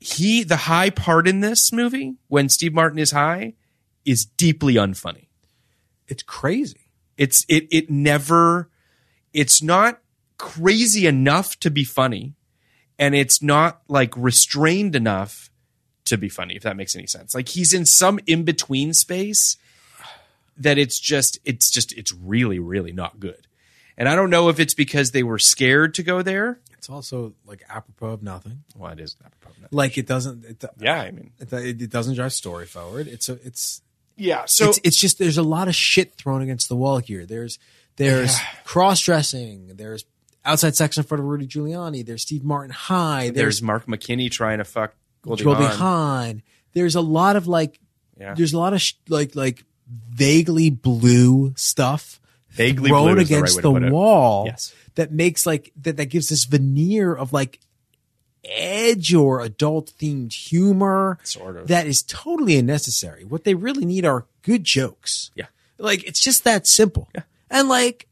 A: he the high part in this movie when Steve Martin is high is deeply unfunny.
B: It's crazy.
A: It's it it never it's not crazy enough to be funny and it's not like restrained enough to be funny if that makes any sense. Like he's in some in between space that it's just it's just it's really really not good. And I don't know if it's because they were scared to go there
B: It's it's also like apropos of nothing.
A: Well, it is apropos. of nothing.
B: Like it doesn't. It,
A: Yeah, I mean,
B: It, it, it doesn't drive story forward. It's a, it's
A: yeah. So
B: it's, it's just there's a lot of shit thrown against the wall here. There's there's cross dressing. There's outside sex in front of Rudy Giuliani. There's Steve Martin High.
A: there's Mark McKinney trying to fuck Goldie,
B: Goldie
A: Hawn.
B: Hawn. There's a lot of like
A: Yeah.
B: there's a lot of sh- like like vaguely blue stuff
A: Vaguely
B: thrown
A: blue is the right
B: against
A: way to put it.
B: wall
A: Yes.
B: that makes like that that gives this veneer of like edge or adult themed humor
A: Sort of.
B: that is totally unnecessary. What they really need are good jokes.
A: Yeah.
B: Like it's just that simple. And like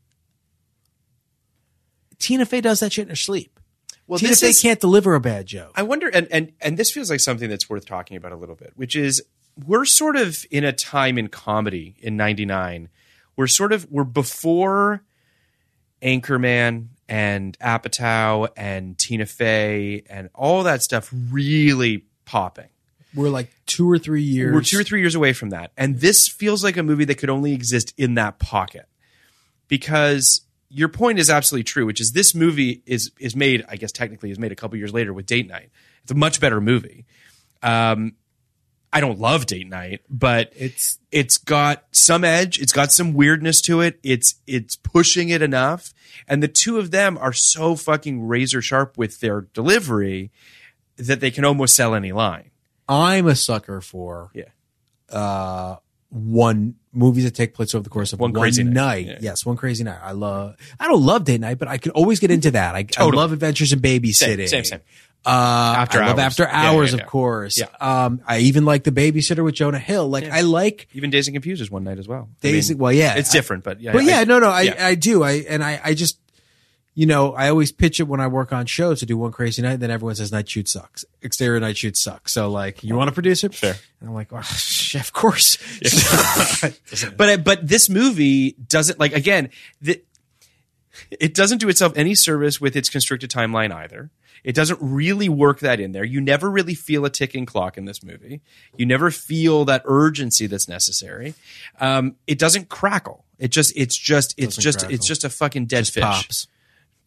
B: Tina Fey does that shit in her sleep.
A: Well,
B: Tina
A: this
B: Fey
A: is-
B: can't deliver a bad joke.
A: I wonder, and and and this feels like something that's worth talking about a little bit, which is we're sort of in a time in comedy in '99. We're sort of we're before Anchorman and Apatow and Tina Fey and all that stuff really popping.
B: We're like two or three years.
A: We're two or three years away from that. And this feels like a movie that could only exist in that pocket. Because your point is absolutely true, which is this movie is is made, I guess technically is made a couple years later with Date Night. It's a much better movie. Um I don't love Date Night, but
B: It's-
A: it's got some edge, it's got some weirdness to it. It's it's pushing it enough. And the two of them are so fucking razor sharp with their delivery that they can almost sell any line.
B: I'm a sucker for
A: Yeah.
B: uh, one movies that take place over the course of
A: One
B: one,
A: crazy night.
B: night.
A: Yeah.
B: Yes, one crazy night. I love. I don't love date night, but I can always get into that. I,
A: Totally.
B: I love adventures in babysitting.
A: same, same.
B: Uh, after
A: After
B: I love
A: Hours.
B: after
A: Yeah, yeah,
B: hours,
A: yeah.
B: of course.
A: Yeah.
B: Um, I even like the babysitter with Jonah Hill. Like I like
A: Even Days and Confused is one night as well. I
B: Days-
A: mean,
B: well, yeah.
A: it's
B: I-
A: different, but yeah,
B: but yeah, no, no, I,
A: yeah.
B: I do. I and I, I just, you know, I always pitch it when I work on shows to do one crazy night. Then everyone says night shoot sucks. Exterior night shoot sucks. So like, you want to produce it? Sure. And I'm like, well, shit, of course.
A: but but this movie doesn't like again. The, it doesn't do itself any service with its constricted timeline either. It doesn't really work that in there. You never really feel a ticking clock in this movie. You never feel that urgency that's necessary. Um, it doesn't crackle. It just it's just it's
B: Doesn't
A: just
B: crackle.
A: it's just a fucking dead fish.
B: Pops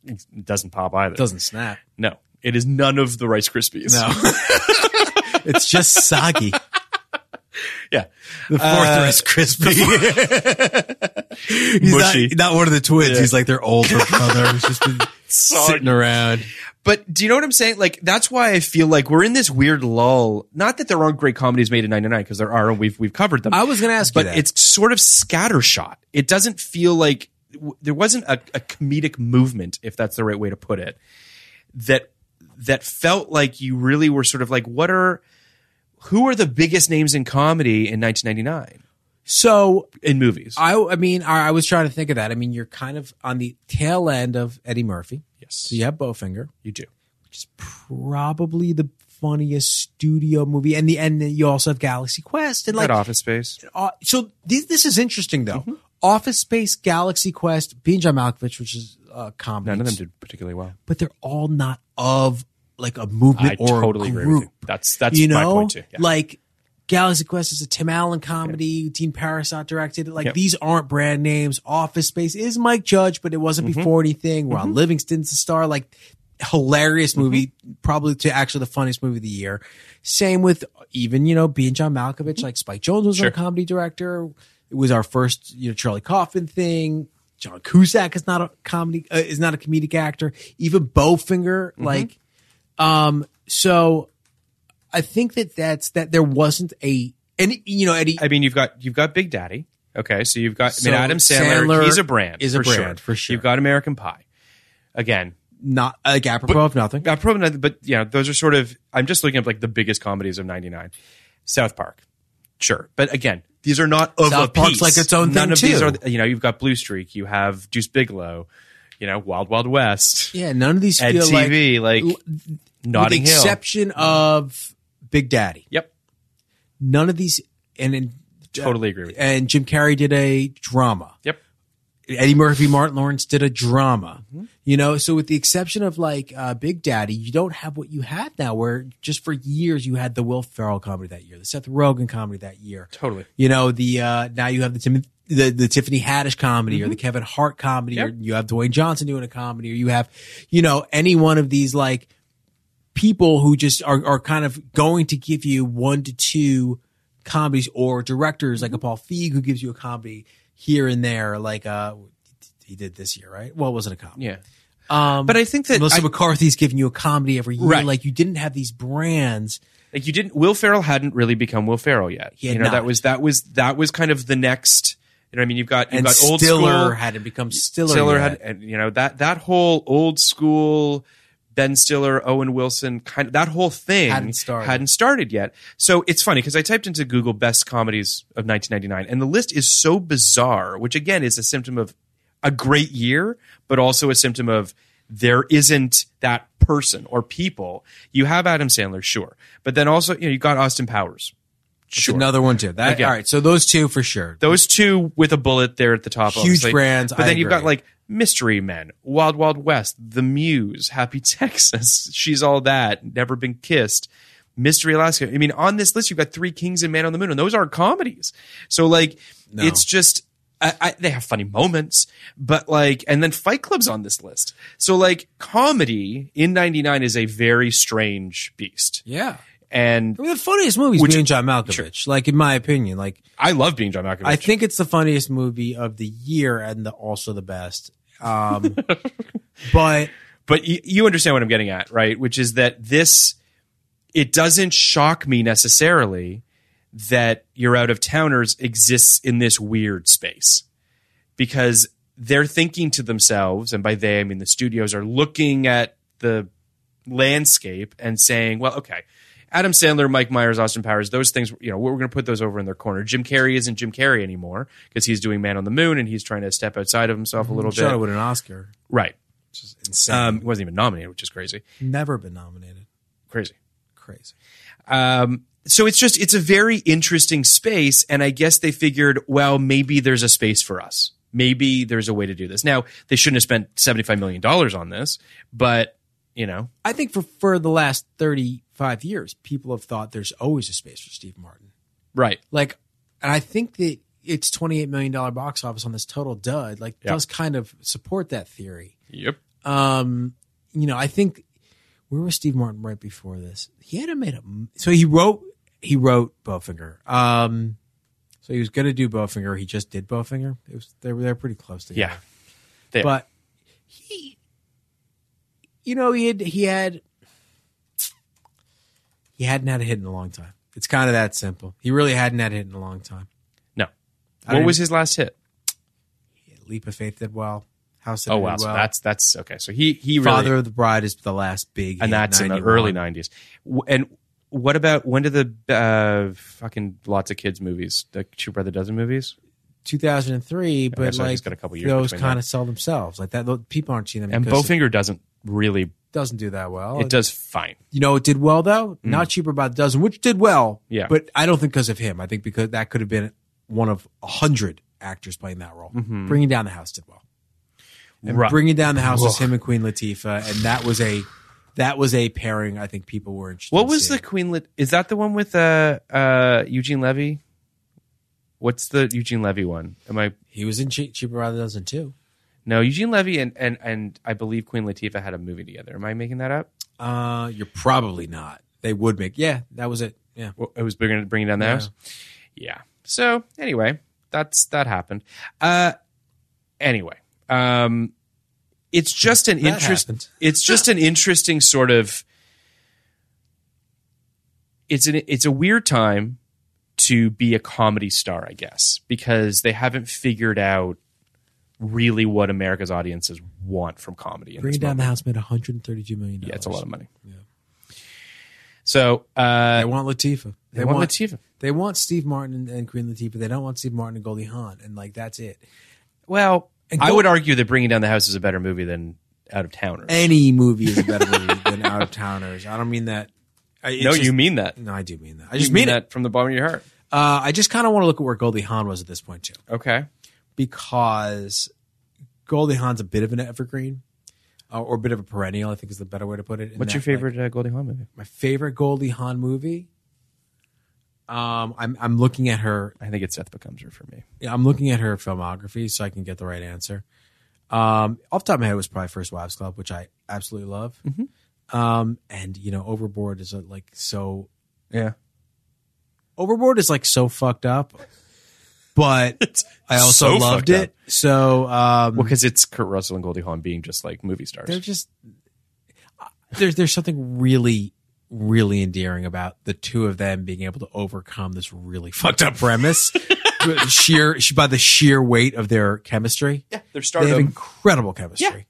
A: It doesn't pop either.
B: doesn't snap.
A: No, it is none of the Rice Krispies. [LAUGHS]
B: No, it's just soggy.
A: yeah, Uh,
B: The fourth is crispy. [LAUGHS] He's
A: Mushy.
B: Not, not one of the twins. He's like their older brother who's just
A: [LAUGHS]
B: been sitting around.
A: But do you know what I'm saying? Like that's why I feel like we're in this weird lull. Not that there aren't great comedies made in '99 because there are, and we've we've covered them.
B: I was gonna ask you
A: but
B: that.
A: it's sort of scattershot. It doesn't feel like w- there wasn't a, a comedic movement, if that's the right way to put it, that that felt like you really were sort of like, what are who are the biggest names in comedy in 1999
B: So
A: in movies?
B: I, I mean, I, I was trying to think of that. I mean, you're kind of on the tail end of Eddie Murphy.
A: Yes.
B: So you have Bowfinger,
A: you do.
B: which is probably the funniest studio movie, and the and then you also have Galaxy Quest and
A: Like,
B: like
A: Office Space.
B: uh, so this, this is interesting though.
A: Mm-hmm.
B: Office Space, Galaxy Quest, Being John Malkovich, which is uh, comedy.
A: None of them did particularly well.
B: but they're all not of like a movement
A: I
B: or
A: totally
B: a
A: agree
B: group.
A: with you. That's- that's
B: you
A: my
B: know,
A: point, too. Yeah.
B: like Galaxy Quest is a Tim Allen comedy. Dean Parasot directed it. Like
A: Yep.
B: these aren't brand names. Office Space is Mike Judge, but it wasn't
A: Mm-hmm.
B: before anything. Ron Livingston's a star. Like hilarious
A: Mm-hmm.
B: movie, probably to actually the funniest movie of the year. Same with even you know being John Malkovich. Like Spike Jones was
A: Mm-hmm. Sure.
B: our comedy director. It was our first you know Charlie Kaufman thing. John Cusack is not a comedy uh, is not a comedic actor. Even Bowfinger,
A: Mm-hmm.
B: like, um, so I think that that's that there wasn't a and you know Eddie
A: I mean, you've got you've got Big Daddy. Okay, so you've got I mean
B: So
A: Adam Sandler.
B: Sandler
A: he's a brand.
B: is a
A: for
B: brand, for sure.
A: You've got American Pie. Again,
B: not like apropos of nothing.
A: not probably not, but you know those are sort of. I'm just looking up like the biggest comedies of '99. South Park, sure, but again, these are not of
B: South
A: a
B: Park's
A: piece.
B: like its own
A: None
B: thing,
A: of these
B: too.
A: are. You know, you've got Blue Streak. You have Juice Bigelow. You know, Wild Wild West.
B: Yeah, none of these
A: Ed
B: feel like with
A: TV, like, Notting
B: the
A: Hill.
B: exception of Big Daddy.
A: yep,
B: None of these and, and
A: totally agree with you.
B: and Jim Carrey did a drama.
A: Yep.
B: Eddie Murphy, Martin Lawrence did a drama.
A: Mm-hmm.
B: You know, so with the exception of like uh, Big Daddy, you don't have what you had now. Where just for years you had the Will Ferrell comedy that year, the Seth Rogen comedy that year.
A: Totally.
B: You know the uh, now you have the Timothy the, the Tiffany Haddish comedy
A: Mm-hmm.
B: or the Kevin Hart comedy or you have Dwayne Johnson doing a comedy or you have, you know, any one of these like people who just are, are kind of going to give you one to two comedies or directors
A: Mm-hmm.
B: like a Paul Feig who gives you a comedy here and there, like, uh, he did this year, right? Well, it wasn't a comedy.
A: Yeah.
B: Um,
A: But I think that
B: Melissa
A: I-
B: McCarthy's giving you a comedy every year.
A: Right.
B: Like you didn't have these brands.
A: like you didn't Will Ferrell hadn't really become Will Ferrell yet.
B: He
A: you
B: had
A: know that
B: not.
A: was that was that was kind of the next. You know, what I mean, you've got you've
B: and
A: got old
B: Stiller
A: school.
B: hadn't become Stiller.
A: Stiller
B: yet.
A: had, and, you know, that that whole old school Ben Stiller, Owen Wilson kind of that whole thing
B: Hadn't started.
A: hadn't started yet. So it's funny because I typed into Google best comedies of 1999, and the list is so bizarre, which again is a symptom of a great year, but also a symptom of there isn't that person or people. You have Adam Sandler, sure, but then also you know you got Austin Powers.
B: It's Another one too. That,
A: Okay.
B: All right. So those two for sure.
A: Those two with a bullet there at the top.
B: Huge
A: obviously.
B: brands,
A: But
B: I
A: then you've got
B: agree.
A: like Mystery Men, Wild Wild West, The Muse, Happy [LAUGHS] Texas, She's All That, Never Been Kissed, Mystery Alaska. I mean, on this list, you've got Three Kings and Man on the Moon, and those are comedies. So like, it's just. I, I, they have funny moments, but like, and then Fight Club's on this list. So like, comedy in '99 is a very strange beast,
B: Yeah.
A: and
B: I mean, the funniest movie is
A: Which-
B: being John Malkovich. Like in my opinion, like
A: I love being John Malkovich.
B: I think it's the funniest movie of the year and the, also the best. Um, but
A: but you, you understand what I'm getting at, right? Which is that this, it doesn't shock me necessarily that your out of towners exists in this weird space because they're thinking to themselves, and by they, I mean the studios are looking at the landscape and saying, well, okay, Adam Sandler, Mike Myers, Austin Powers, those things, you know, we're going to put those over in their corner. Jim Carrey isn't Jim Carrey anymore because he's doing Man on the Moon and he's trying to step outside of himself a little
B: shot it
A: bit.
B: with an Oscar.
A: Right.
B: Insane.
A: Um, he wasn't even nominated, which is crazy.
B: Never been nominated.
A: Crazy.
B: Crazy.
A: Um, so it's just it's a very interesting space, and I guess they figured, well, maybe there's a space for us. Maybe there's a way to do this. Now they shouldn't have spent seventy five million dollars on this, but you know,
B: I think for for the last thirty five years, people have thought there's always a space for Steve Martin.
A: right?
B: Like, and I think that its twenty eight million dollar box office on this total dud like
A: Yeah.
B: does kind of support that theory.
A: Yep.
B: um, you know, I think where was Steve Martin right before this? He had a made up. So he wrote he wrote Bowfinger. Um, so he was gonna do Bowfinger. He just did Bowfinger. It was they were they're pretty close to
A: Yeah. They-
B: but he, you know, he had he had he hadn't had a hit in a long time. It's kind of that simple. He really hadn't had a hit in a long time.
A: no. What
B: I don't
A: was his last hit?
B: Leap of Faith did well. House of
A: Oh wow, so
B: well.
A: that's that's okay. So he he really,
B: Father of the Bride is the last big,
A: and
B: hit,
A: that's in the
B: 91.
A: early nineties. And what about when did the uh, fucking lots of kids movies, the Two Brother Dozen movies?
B: 2003, but
A: so
B: like
A: he's got a couple years
B: those
A: between them.
B: kind of sell themselves. Like that, tho- people aren't seeing them.
A: And
B: because
A: Bowfinger doesn't really.
B: it doesn't do that well.
A: It does fine.
B: You know, it did well though. Not cheaper about a dozen, which did well.
A: Yeah.
B: but I don't think because of him. I think because that could have been one of a hundred actors playing that role. Bringing down the house did well. And
A: Mm-hmm. Right.
B: bringing down the house was him and Queen Latifah, and that was a that was a pairing. I think people were interested.
A: What
B: in
A: was the
B: seeing.
A: Queen? Lit- is that the one with uh, uh, Eugene Levy? What's the Eugene Levy one? Am I
B: He was in che- cheaper by the dozen too.
A: no Eugene Levy and and and I believe Queen Latifah had a movie together. Am I making that up?
B: Uh, you're probably not. They would make. Yeah, that was it. Yeah.
A: Well, It was bringing bringing down the house. Yeah. So anyway, that's that happened. Uh, anyway, um, it's just an
B: That
A: interesting.
B: happened. [LAUGHS]
A: It's just an interesting sort of. It's an it's a weird time to be a comedy star, I guess, because they haven't figured out really what America's audiences want from comedy. in
B: Bringing
A: this
B: Down
A: moment.
B: the House made 132 million.
A: yeah, it's a lot of money. Yeah. So
B: They
A: uh,
B: want Latifah.
A: they want Latifah.
B: They want Steve Martin and, and Queen Latifah. They don't want Steve Martin and Goldie Hawn, and like that's it.
A: Well,
B: And
A: I
B: go-
A: would argue that Bringing Down the House is a better movie than Out of Towners.
B: Any movie is a better
A: [LAUGHS]
B: movie than Out of Towners. I don't mean that. I, it's
A: no,
B: just-
A: you mean that.
B: No, I do mean that. I
A: You
B: just mean, it.
A: that from the bottom of your heart.
B: Uh, I just kind of want to look at where Goldie Hawn was at this point too,
A: Okay.
B: because Goldie Hawn's a bit of an evergreen, uh, or a bit of a perennial. I think is the better way to put it. in
A: What's your
B: that, like,
A: favorite uh, Goldie Hawn movie?
B: my favorite Goldie Hawn movie. Um, I'm I'm looking at her.
A: I think it's Death Becomes Her for me.
B: yeah, I'm looking at her filmography so I can get the right answer. Um, off the top of my head it was probably First Wives Club, which I absolutely love.
A: Mm-hmm.
B: Um, and you know, Overboard is uh, like so.
A: Yeah.
B: Overboard is like so fucked up, but
A: [LAUGHS]
B: I also
A: so fucked
B: loved
A: up.
B: it. So um,
A: Well, because it's Kurt Russell and Goldie Hawn being just like movie stars.
B: they're just there's there's something really really endearing about the two of them being able to overcome this really fucked
A: [LAUGHS]
B: up premise sheer by the sheer weight of their chemistry yeah
A: they're
B: they have
A: stardom.
B: incredible chemistry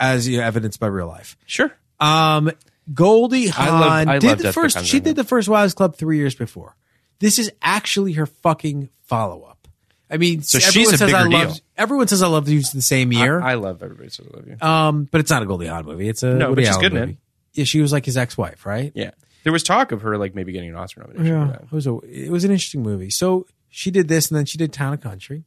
B: as you know, evidenced by real life
A: sure.
B: um goldie
A: I
B: hawn
A: love- I
B: did
A: love
B: the
A: Death
B: first
A: Becomes
B: she
A: Her.
B: did the first wives club three years before this is actually her fucking follow-up i mean
A: So
B: everyone
A: she's a
B: says I
A: bigger
B: loved,
A: deal.
B: everyone says i love you the same year
A: I, I love Everybody Says I Love You.
B: um, but it's not a Goldie Hawn movie. It's a
A: No, but
B: Woody
A: she's
B: Allen
A: good in
B: movie.
A: it.
B: Yeah, she was like his ex-wife, right?
A: yeah. There was talk of her like maybe getting an Oscar nomination.
B: Yeah,
A: For that.
B: it was a it was an interesting movie. So she did this, and then she did Town and Country,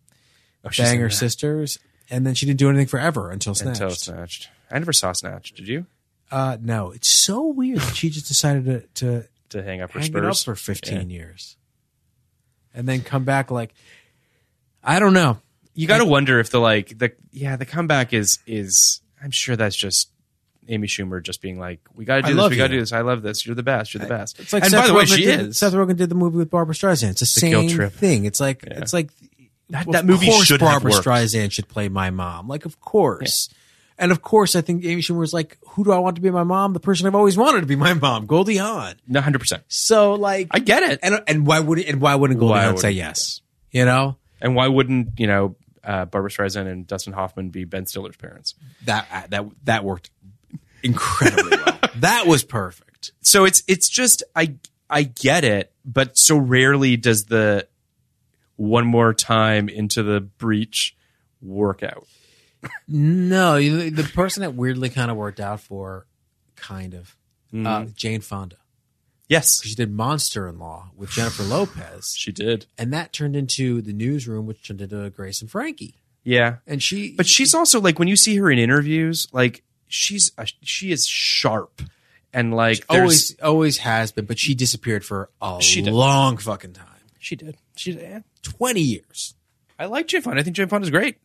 A: Oh, she's
B: Bang
A: in
B: Her
A: that.
B: Sisters, and then she didn't do anything forever until Snatched.
A: Until Snatched. I never saw Snatched. Did you?
B: Uh, no, it's so weird. that she just decided to to
A: To hang up her
B: hang
A: spurs
B: it up for fifteen
A: Yeah.
B: years, and then come back like I don't know.
A: You got to wonder if the like the yeah the comeback is is I'm sure that's just Amy Schumer just being like we got to
B: I
A: do this
B: love
A: we got to
B: you.
A: do this I love this you're the best you're the best
B: It's like
A: and
B: Seth
A: by the way
B: Rogen
A: she
B: did,
A: is
B: Seth Rogen did the movie with Barbara Streisand. It's the,
A: The Guilt
B: same
A: Trip.
B: thing. It's like it's like
A: That-
B: of
A: that movie
B: course
A: should have
B: Barbara
A: worked.
B: Streisand should play my mom. Like of course. And of course, I think Amy Schumer was like, "Who do I want to be my mom? The person I've always wanted to be my mom, Goldie Hawn."
A: no hundred percent
B: So, like,
A: I get it and,
B: and and why would and why wouldn't Goldie
A: Why
B: Hawn say
A: wouldn't-
B: yes? You know
A: why wouldn't you know uh, Barbara Streisand and Dustin Hoffman be Ben Stiller's parents uh,
B: that that that worked incredibly well. [LAUGHS] That was perfect.
A: so it's it's just I I get it, but so rarely does the one more time into the breach work out.
B: No, you- the person that weirdly kind of worked out for, kind of,
A: Mm-hmm.
B: uh, Jane Fonda.
A: Yes,
B: She did Monster in Law with
A: [SIGHS]
B: Jennifer Lopez,
A: she did.
B: and that turned into the newsroom, which turned into Grace and Frankie.
A: Yeah,
B: And she,
A: but she's also like when you see her in interviews, like she's a, she is sharp and like there's-
B: always always has been, but she disappeared for a
A: She did.
B: long fucking time
A: she did. She yeah.
B: twenty years.
A: I like Jane Fonda. I think Jane Fonda's great.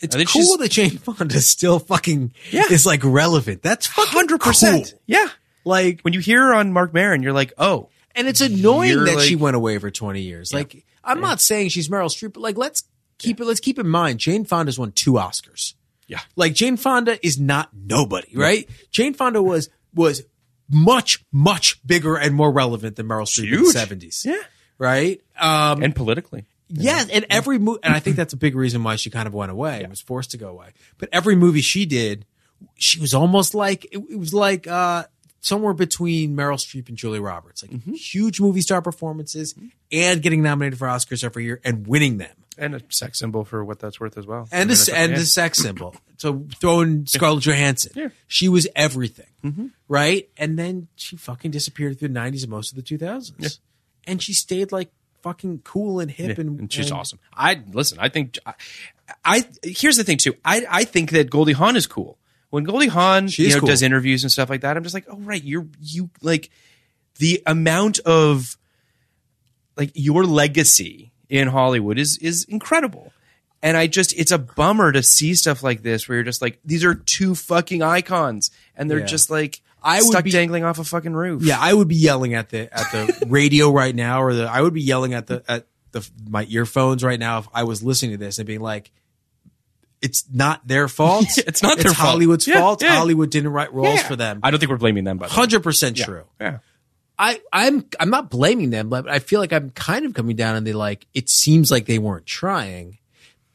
B: It's
A: I think
B: cool
A: she's-
B: that Jane Fonda still fucking
A: Yeah.
B: is like relevant. That's fucking
A: Hundred
B: cool.
A: percent. Yeah.
B: Like,
A: When you hear her on Mark Maron, you're like, oh,
B: and it's annoying
A: You're
B: that she
A: like-
B: went away for twenty years. Like, I'm not saying she's Meryl Streep, but like, let's keep it. Let's keep in mind Jane Fonda's won two Oscars.
A: yeah,
B: Like Jane Fonda is not nobody, right? Jane Fonda was was much much bigger and more relevant than Meryl Streep in the
A: Huge.
B: seventies.
A: yeah,
B: Right? Um
A: and politically.
B: yes, and every movie and I think that's a big reason why she kind of went away and was forced to go away. But every movie she did, she was almost like it, it was like uh somewhere between Meryl Streep and Julie Roberts. Like
A: Mm-hmm.
B: huge movie star performances and getting nominated for Oscars every year and winning them
A: and a sex symbol for what that's worth as well. I mean,
B: and this
A: that's-
B: and
A: yeah.
B: the
A: [CLEARS THROAT]
B: sex symbol. So throwing Scarlett Johansson, she was everything,
A: Mm-hmm.
B: right? And then she fucking disappeared through the '90s and most of the 2000s, and she stayed like fucking cool and hip, and,
A: and she's
B: and-
A: awesome. I listen. I think I, I here's the thing too. I I think that Goldie Hawn is cool. When Goldie Hawn
B: She
A: you
B: is
A: know
B: cool.
A: does interviews and stuff like that, I'm just like, oh right, you're you like the amount of like your legacy in Hollywood is is incredible. And I just it's a bummer to see stuff like this where you're just like these are two fucking icons and they're
B: Yeah.
A: just like
B: I would
A: stuck
B: be-
A: dangling off a fucking roof.
B: Yeah, I would be yelling at the at the
A: [LAUGHS]
B: radio right now, or the I would be yelling at the at the my earphones right now if I was listening to this and being like, "It's
A: [LAUGHS]
B: not their fault.
A: it's not their fault.
B: Hollywood's
A: Yeah,
B: fault.
A: yeah.
B: Hollywood didn't write roles
A: Yeah.
B: for them.
A: I don't think we're blaming them, but
B: Hundred percent true.
A: yeah.
B: I, I'm I'm not blaming them, but I feel like I'm kind of coming down on the like it seems like they weren't trying,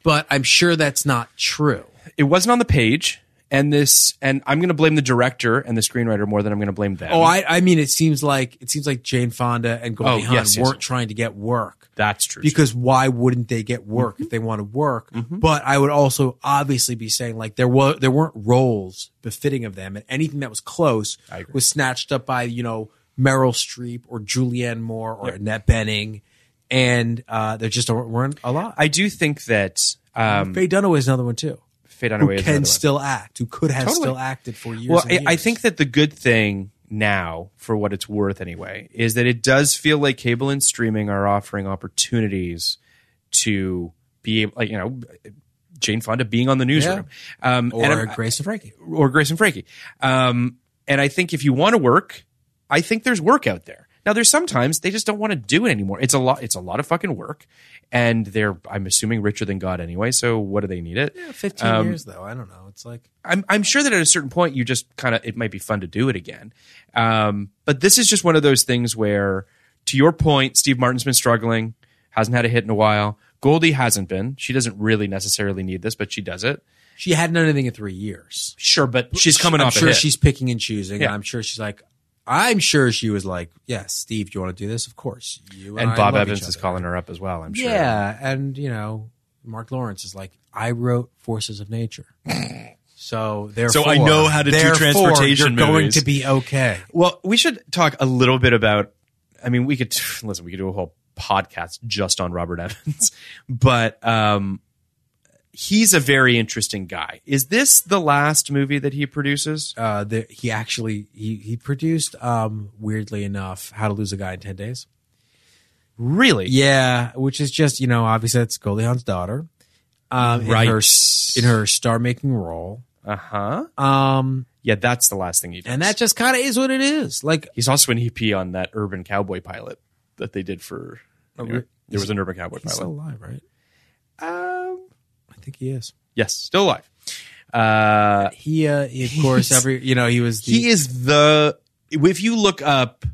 B: but I'm sure that's not true.
A: it wasn't on the page and this and i'm going to blame the director and the screenwriter more than i'm going to blame them
B: Oh, I, I mean it seems like it seems like Jane Fonda and Goldie
A: Oh,
B: Hawn
A: yes, yes.
B: weren't trying to get work.
A: that's true
B: Because why wouldn't they get work
A: Mm-hmm.
B: if they want to work? But I would also obviously be saying like there were there weren't roles befitting of them, and anything that was close was snatched up by you know Meryl Streep or Julianne Moore or Annette Benning, and uh, there just weren't a lot.
A: i do think that um
B: Faye Dunaway is another one too.
A: fade on
B: Who
A: away is
B: can
A: another one.
B: still act? Who could have
A: Totally.
B: still acted for years?
A: well
B: and
A: I, I
B: years.
A: think that the good thing now for what it's worth anyway is that it does feel like cable and streaming are offering opportunities to be able like you know jane fonda being on the newsroom um
B: Or
A: and I'm-
B: Grace and Frankie.
A: or Grace and Frankie. Um, and I think if you want to work, I think there's work out there. Now there's sometimes they just don't want to do it anymore. It's a lot. It's a lot of fucking work, and they're I'm assuming richer than God anyway. So what do they need it?
B: Fifteen
A: um,
B: years though. I don't know. It's like
A: I'm I'm sure that at a certain point you just kind of it might be fun to do it again. Um, but this is just one of those things where, to your point, Steve Martin's been struggling, hasn't had a hit in a while. Goldie hasn't been. She doesn't really necessarily need this, but she does it.
B: she hadn't done anything in three years.
A: Sure, but she's coming
B: I'm
A: off. a
B: sure
A: hit.
B: she's picking and choosing.
A: Yeah.
B: I'm sure she's like. I'm sure she was like, "Yes, Steve, do you want to do this? Of course." You
A: and
B: I
A: Bob
B: love each
A: Evans is
B: other."
A: calling her up as well. I'm sure.
B: Yeah, and you know, Mark Lawrence is like, I wrote Forces of Nature, so therefore,
C: I know how to do
B: therefore,
C: transportation
B: You're going
C: movies.
B: to be okay.
A: Well, we should talk a little bit about. I mean, we could [SIGHS] listen. We could do a whole podcast just on Robert [LAUGHS] Evans, but um, he's a very interesting guy. Is this the last movie that he produces?
B: Uh, the, he actually he he produced, um, weirdly enough, How to Lose a Guy in Ten Days.
A: Really?
B: Yeah, which is just you know, obviously that's Goldie Hawn's daughter, um,
A: Right.
B: In her, s- in her star-making role,
A: Uh huh.
B: um,
A: Yeah, that's the last thing he does.
B: and that just kind of is what it is. Like,
A: he's also an EP on that Urban Cowboy pilot that they did for. anyway,
B: re-
A: there was an Urban Cowboy
B: Oh, he's still
A: pilot.
B: alive, right?
A: Um,
B: I think he is.
A: yes, still alive. Uh,
B: He, uh, he, of course, every you know, he was the,
A: he is the if you look up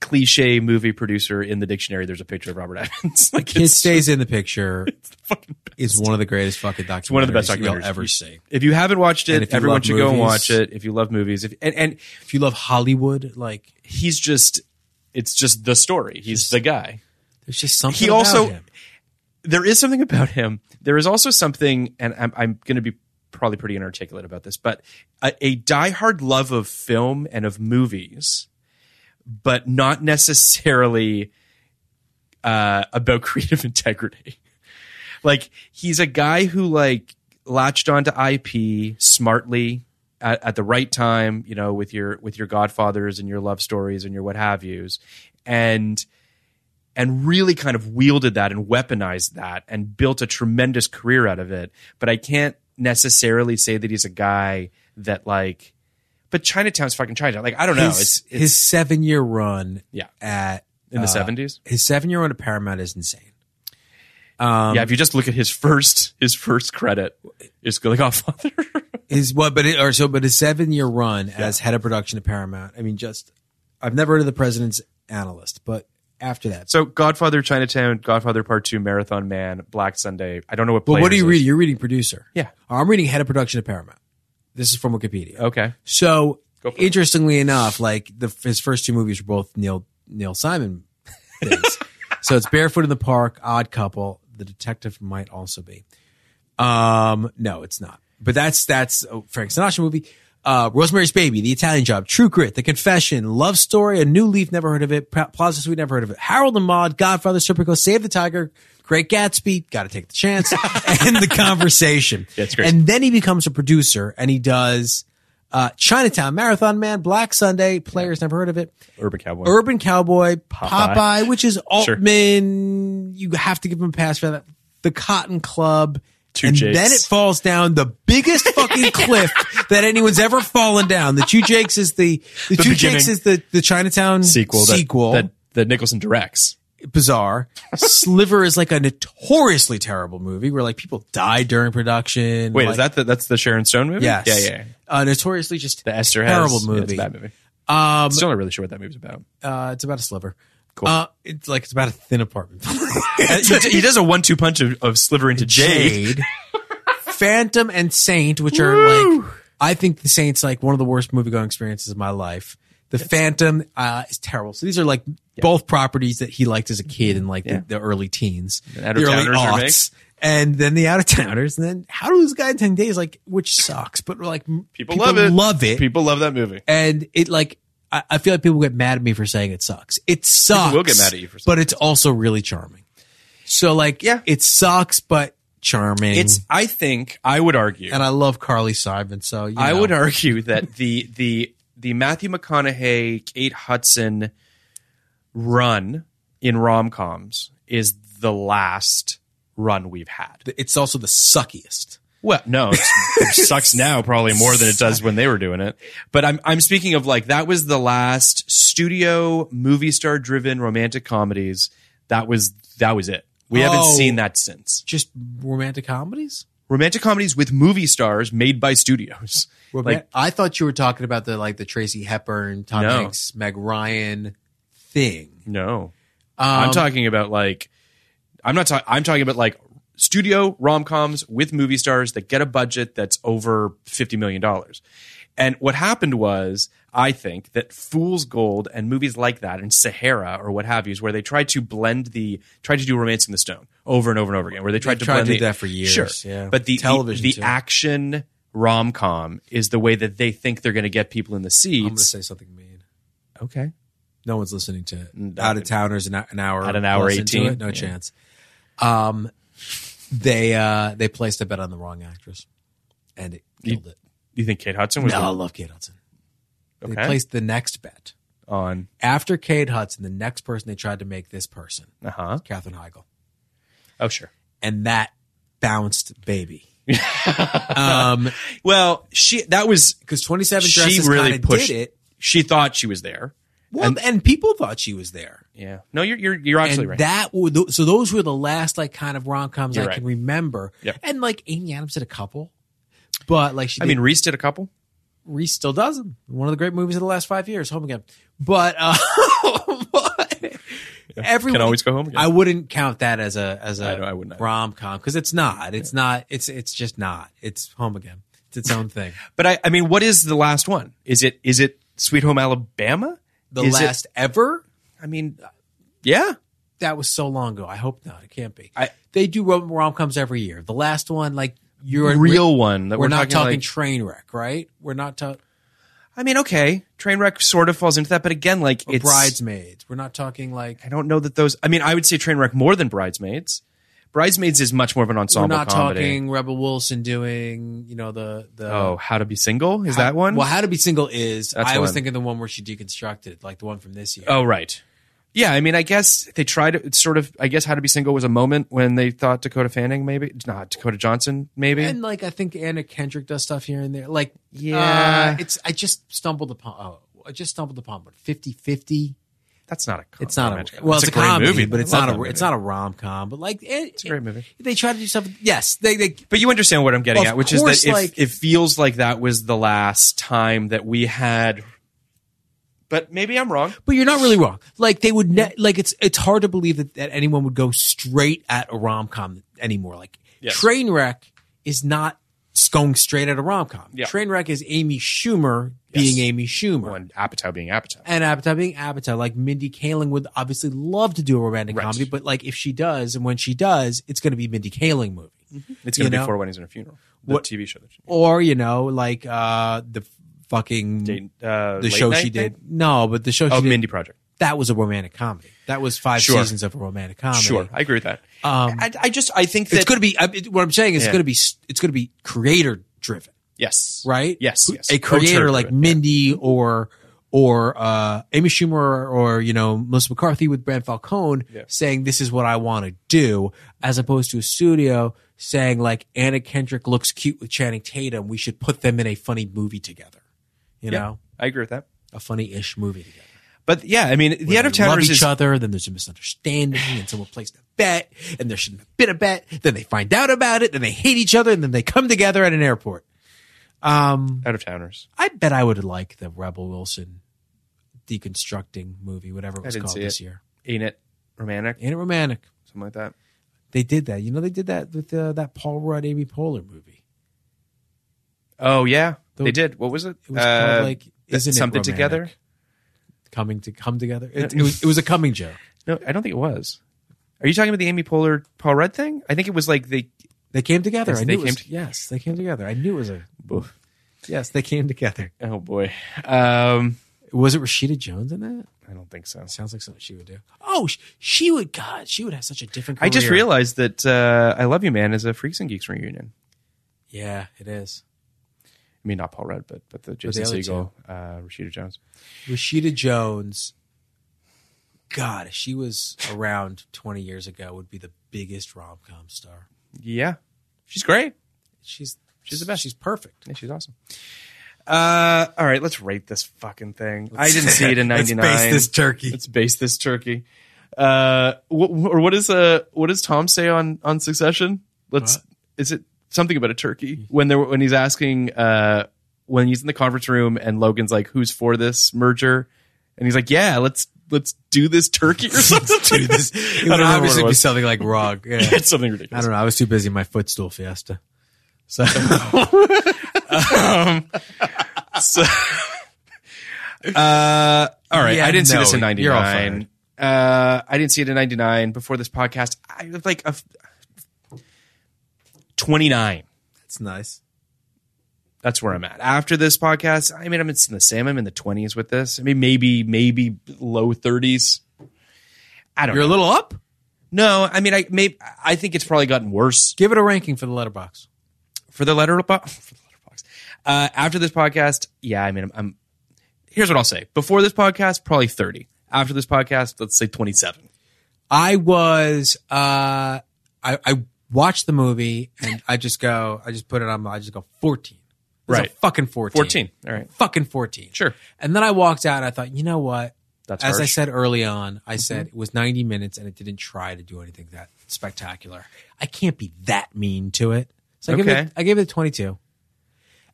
A: cliche movie producer in the dictionary there's a picture of robert [LAUGHS] evans like
B: Kid
A: it's
B: stays in the
A: [LAUGHS]
B: picture.
A: fucking
B: is one of the greatest fucking documentaries
A: one of the best
B: you'll
A: documentaries
B: ever see.
A: if you haven't watched
B: And
A: it
B: if you
A: everyone
B: love
A: should go and
B: movies-
A: watch it if you love movies if, and, and
B: If you love Hollywood, like
A: he's just it's just the story he's the guy
B: there's just something.
A: He
B: about
A: also-
B: him.
A: there is something about him there is also something and i'm, I'm going to be probably pretty inarticulate about this but a, a diehard love of film and of movies but not necessarily uh, about [LAUGHS] creative integrity like he's a guy who like latched onto IP smartly at, at the right time, you know, with your with your Godfathers and your love stories and your what have yous, and and really kind of wielded that and weaponized that and built a tremendous career out of it. But I can't necessarily say that he's a guy that like. But Chinatown's fucking Chinatown. Like I don't know.
B: his,
A: it's it's
B: his seven year run
A: Yeah.
B: at
A: in the
B: uh,
A: seventies.
B: His seven year run at Paramount is insane.
A: yeah, if you just look at his first his first credit, it's like Godfather.
B: His what, but it, or so, but his seven year run as head of production at Paramount. I mean, just I've never heard of the president's analyst, but after
A: [LAUGHS]
B: that.
A: So Godfather Chinatown, Godfather Part Two, Marathon Man, Black Sunday. I don't know what.
B: But what
A: players
B: are you
A: is.
B: reading? You're reading producer.
A: Yeah.
B: I'm reading head of production at Paramount. This is from Wikipedia.
A: Okay.
B: So
A: Go for it.
B: interestingly enough, like the, his first two movies were both Neil Neil Simon
A: [LAUGHS]
B: things. so it's Barefoot in the Park, Odd Couple, The Detective might also be. Um, no, it's not. But that's that's a Frank Sinatra movie. Uh, Rosemary's Baby, The Italian Job, True Grit, The Confession, Love Story, A New Leaf, never heard of it. Pla- Plaza Suite, never heard of it. Harold and Maude, Godfather, Serpico, Save the Tiger, Great Gatsby, Got to Take
A: [LAUGHS]
B: the Chance, and The Conversation.
A: That's great.
B: And then he becomes a producer, and he does uh, Chinatown, Marathon Man, Black Sunday, Players, never heard of it.
A: Urban Cowboy.
B: Urban Cowboy, Popeye,
A: Popeye.
B: which is Altman. You have to give him a pass for that. The Cotton Club.
A: Two
B: and
A: Jakes.
B: then it falls down the biggest
A: [LAUGHS]
B: fucking cliff that anyone's ever fallen down. The Two Jakes is the the, Two
A: beginning.
B: Jakes is the the Chinatown
A: sequel. That,
B: sequel.
A: that, that Nicholson directs.
B: bizarre. Sliver is like a notoriously terrible movie where like people die during production.
A: Wait,
B: like,
A: is that the, that's the Sharon Stone movie?
B: yes?
A: Yeah, yeah. yeah.
B: Uh, notoriously just
A: The Esther
B: terrible
A: has, Yeah, it's
B: movie.
A: a bad movie.
B: Um,
A: Still not really sure what that movie's about.
B: uh, it's about a sliver. Cool. Uh, it's like it's about a thin apartment. [LAUGHS]
A: he, d- he does a one-two punch of, of Sliver into Jade.
B: Jade, [LAUGHS] Phantom, and Saint, which are like I think the Saint's like one of the worst movie going experiences of my life. The Phantom uh, is terrible. So these are like both properties that he liked as a kid in like the, the early teens, the
A: Out of
B: early
A: Towners are
B: aughts, and then the Out of Towners, and then How to Lose a Guy in Ten Days, like which sucks, but like people,
A: People, love it.
B: love it,
A: People love that movie.
B: and it like. I I feel like people get mad at me for saying it sucks. It sucks.
A: will get mad at you for saying
B: but it's also really charming. So like,
A: Yeah.
B: it sucks, but charming.
A: It's. I think I would argue.
B: and I love Carly Simon. So you
A: I
B: know.
A: would argue that the the the Matthew McConaughey, Kate Hudson run in rom coms is the last run we've had.
B: It's also the suckiest.
A: Well, no, it's- [LAUGHS] it sucks now probably more than it does when they were doing it. But I'm I'm speaking of like that was the last studio movie star driven romantic comedies. That was that was it. We haven't
B: Oh.
A: seen that since.
B: Just romantic comedies?
A: Romantic comedies with movie stars made by studios.
B: like I thought you were talking about the like the Tracy Hepburn, Tom
A: No.
B: Hanks, Meg Ryan thing.
A: No.
B: Um,
A: I'm talking about like I'm not talking I'm talking about like studio rom-coms with movie stars that get a budget that's over 50 million dollars. And what happened was I think that Fool's Gold and movies like that and Sahara or what have you is where they tried to blend the tried to do Romancing the Stone over and over and over again where they tried to
B: tried
A: blend
B: to do
A: the-
B: that for years,
A: Sure.
B: yeah.
A: But the
B: Television,
A: the,
B: too.
A: the action rom-com is the way that they think they're going to get people in the
B: I'm going to
A: seats.
B: say something mean.
A: Okay.
B: No one's listening to it. Out of towners an, an hour
A: At an hour
B: plus into
A: 18?
B: it, no
A: Yeah.
B: chance. Um, they uh they placed a bet on the wrong actress, and it killed it.
A: You think Kate Hudson was
B: No, I
A: the,
B: love Kate Hudson. They
A: Okay.
B: placed the next bet
A: on
B: after Kate Hudson. The next person they tried to make this person,
A: uh-huh.
B: Katherine Heigl.
A: Oh sure.
B: and that bounced baby. um,
A: Well, she that was
B: because 27
A: she
B: dresses
A: really
B: kinda
A: pushed
B: did it.
A: She thought she was there.
B: Well, and, people thought she was there.
A: Yeah. No, you're you're you're actually
B: And
A: right.
B: that would, so those were the last like kind of rom coms I
A: You're right.
B: can remember.
A: Yep.
B: And like Amy Adams did a couple, but like she,
A: I
B: did,
A: mean, Reese did a couple.
B: Reese still does them. One of the great movies of the last five years, Home Again. But, uh, [LAUGHS] but everyone
A: Can always go home again.
B: I wouldn't count that as a as
A: I don't- I
B: a
A: wouldn't either.
B: rom com because it's not. It's not. It's it's just not. It's Home Again. It's its
A: [LAUGHS]
B: own thing.
A: but I I mean, what is the last one? Is it is it Sweet Home Alabama?
B: the
A: Is it-
B: last ever.
A: I mean, yeah.
B: That was so long ago. I hope not. It can't be.
A: I-
B: they do rom coms every year. The last one, like you're
A: Real one that
B: We're,
A: we're
B: not
A: talking,
B: talking,
A: like-
B: train wreck, right? We're not talking
A: I mean, okay. Trainwreck sort of falls into that, but again, like it's
B: bridesmaids. We're not talking like
A: I don't know that those. I mean, I would say Trainwreck more than Bridesmaids. Bridesmaids is much more of an
B: we're
A: ensemble
B: not
A: comedy.
B: talking Rebel Wilson doing you know the the
A: oh, How to Be Single is that one?
B: Well, how to be single is
A: That's
B: I was
A: one.
B: thinking the one where she deconstructed, like the one from this year.
A: Oh, right. Yeah, I mean, I guess they tried to sort of. I guess How to Be Single was a moment when they thought Dakota Fanning, maybe not Dakota Johnson, maybe.
B: And like I think Anna Kendrick does stuff here and there. Like
A: Yeah.
B: uh, it's I just stumbled upon oh, I just stumbled upon one 50-50.
A: That's not a. com-
B: It's not
A: romantic
B: a well, it's, a,
A: great
B: comedy, but
A: I
B: it's
A: love
B: not a
A: that movie.
B: it's not a rom com. But like it, it's
A: a great movie.
B: They try to do something. Yes, they they
A: But you understand what I'm getting
B: Of
A: at, which
B: course,
A: is that if,
B: like-
A: it feels like that was the last time that we had. But maybe I'm wrong.
B: But you're not really wrong. Like they would, ne- like it's it's hard to believe that, that anyone would go straight at a rom com anymore. Like
A: Yes.
B: Trainwreck is not going straight at a rom com.
A: Yeah.
B: Trainwreck is Amy Schumer being Amy Schumer.
A: When Apatow being Apatow.
B: And Apatow being Apatow, like Mindy Kaling would obviously love to do a romantic
A: Right.
B: comedy, but like if she does, and when she does, it's going to be Mindy Kaling movie,
A: It's going to
B: you
A: be
B: know?
A: Four Weddings and a Funeral. The
B: What-
A: TV show that she
B: or you know, like uh the fucking
A: date, uh,
B: the
A: late
B: show
A: night
B: she did.
A: thing?
B: No, but the show she
A: Oh,
B: did,
A: Mindy Project.
B: that was a romantic comedy. That was five
A: Sure.
B: seasons of a romantic comedy.
A: Sure, I agree with that.
B: Um,
A: I, I just I think that
B: it's going to be I- it, what I'm saying is it's
A: Yeah.
B: going to be s- it's going to be creator driven,
A: yes,
B: right?
A: Yes,
B: Who-
A: yes.
B: a creator like
A: Culture-driven, yeah.
B: Mindy or or uh, Amy Schumer or, or, you know Melissa McCarthy with Brand Falcone saying this is what I want to do, as opposed to a studio saying like Anna Kendrick looks cute with Channing Tatum, we should put them in a funny movie together, you know,
A: I agree with that.
B: a funny-ish movie together.
A: But yeah, I mean, the
B: where
A: out of
B: they love
A: towners
B: each
A: is
B: other. Then there's a misunderstanding, and someone placed a bet, and there shouldn't have been a bet. Then they find out about it, then they hate each other, and then they come together at an airport. Um,
A: out of towners.
B: I bet I would like the Rebel Wilson deconstructing movie, whatever it was
A: didn't
B: called
A: see
B: this
A: it.
B: year.
A: Ain't it romantic?
B: Ain't it romantic?
A: Something like that.
B: They did that. You know, they did that with uh, that Paul Rudd, Amy Poehler movie.
A: Oh yeah,
B: The-
A: they did. What was it?
B: It was called like
A: th-
B: isn't it
A: something
B: romantic?
A: together?
B: Coming to come together. It, it was it was a coming joke.
A: No, I don't think it was. Are you talking about the Amy Poehler Paul Rudd thing? I think it was like the.
B: They came together.
A: Yes,
B: I
A: they
B: knew it
A: came
B: was,
A: to-
B: yes, they came together. I knew it was a yes. They came together.
A: Oh boy, um,
B: Was it Rashida Jones in that?
A: I don't think so.
B: Sounds like something she would do. Oh, sh- she would. God, she would have such a different. Career.
A: I just realized that uh, I Love You Man is a Freaks and Geeks reunion.
B: Yeah, it is.
A: I mean, not Paul Rudd, but but the Jason
B: other
A: Segel, uh, Rashida Jones.
B: Rashida Jones, God, if she was around 20 years ago, would be the biggest rom com star.
A: Yeah, she's great.
B: She's she's the best. She's perfect.
A: Yeah, she's awesome. Uh, all right, let's rate this fucking thing. I didn't see it in
B: Let's base
A: '99.
B: this turkey.
A: Let's base this turkey. Uh, what, or what is uh, what does Tom say on on Succession? Let's. Is it something about a turkey when there when he's asking uh when he's in the conference room and Logan's like, "Who's for this merger?" And he's like, "Yeah, let's let's do this turkey [LAUGHS] or something."
B: Dude, this
A: I don't
B: it would
A: know what it
B: obviously be
A: was.
B: something
A: [LAUGHS]
B: like wrong. Yeah.
A: it's something
B: I
A: ridiculous.
B: don't know. I was too busy in my footstool fiesta. So
A: So, uh, all right.
B: Yeah,
A: I didn't see
B: no,
A: this in
B: you're all
A: '99. Uh, I didn't see it in '99 before this podcast. I was like a twenty-nine.
B: that's nice.
A: That's where I'm at. After this podcast, I mean, I'm in the same. I'm in the twenties with this. I mean, maybe, maybe low thirties. I don't.
B: You're a
A: know.
B: little up.
A: no. I mean, I maybe I think it's probably gotten worse
B: Give it a ranking for the letterbox.
A: for the letterbox. [LAUGHS] For the letterbox. Uh, after this podcast, yeah. I mean, I'm, I'm. Here's what I'll say. Before this podcast, probably thirty. After this podcast, let's say twenty-seven.
B: I was uh I I watched the movie and I just go I just put it on I just go 14. This is a
A: Right.
B: fucking 14.
A: 14. All right.
B: Fucking 14.
A: Sure.
B: And then I walked out and I thought, "You know what?
A: That's
B: As I
A: harsh.
B: said early on, I said it was 90 minutes and it didn't try to do anything that spectacular. I can't be that mean to it." So I gave it
A: Okay.
B: a- I gave it a 22.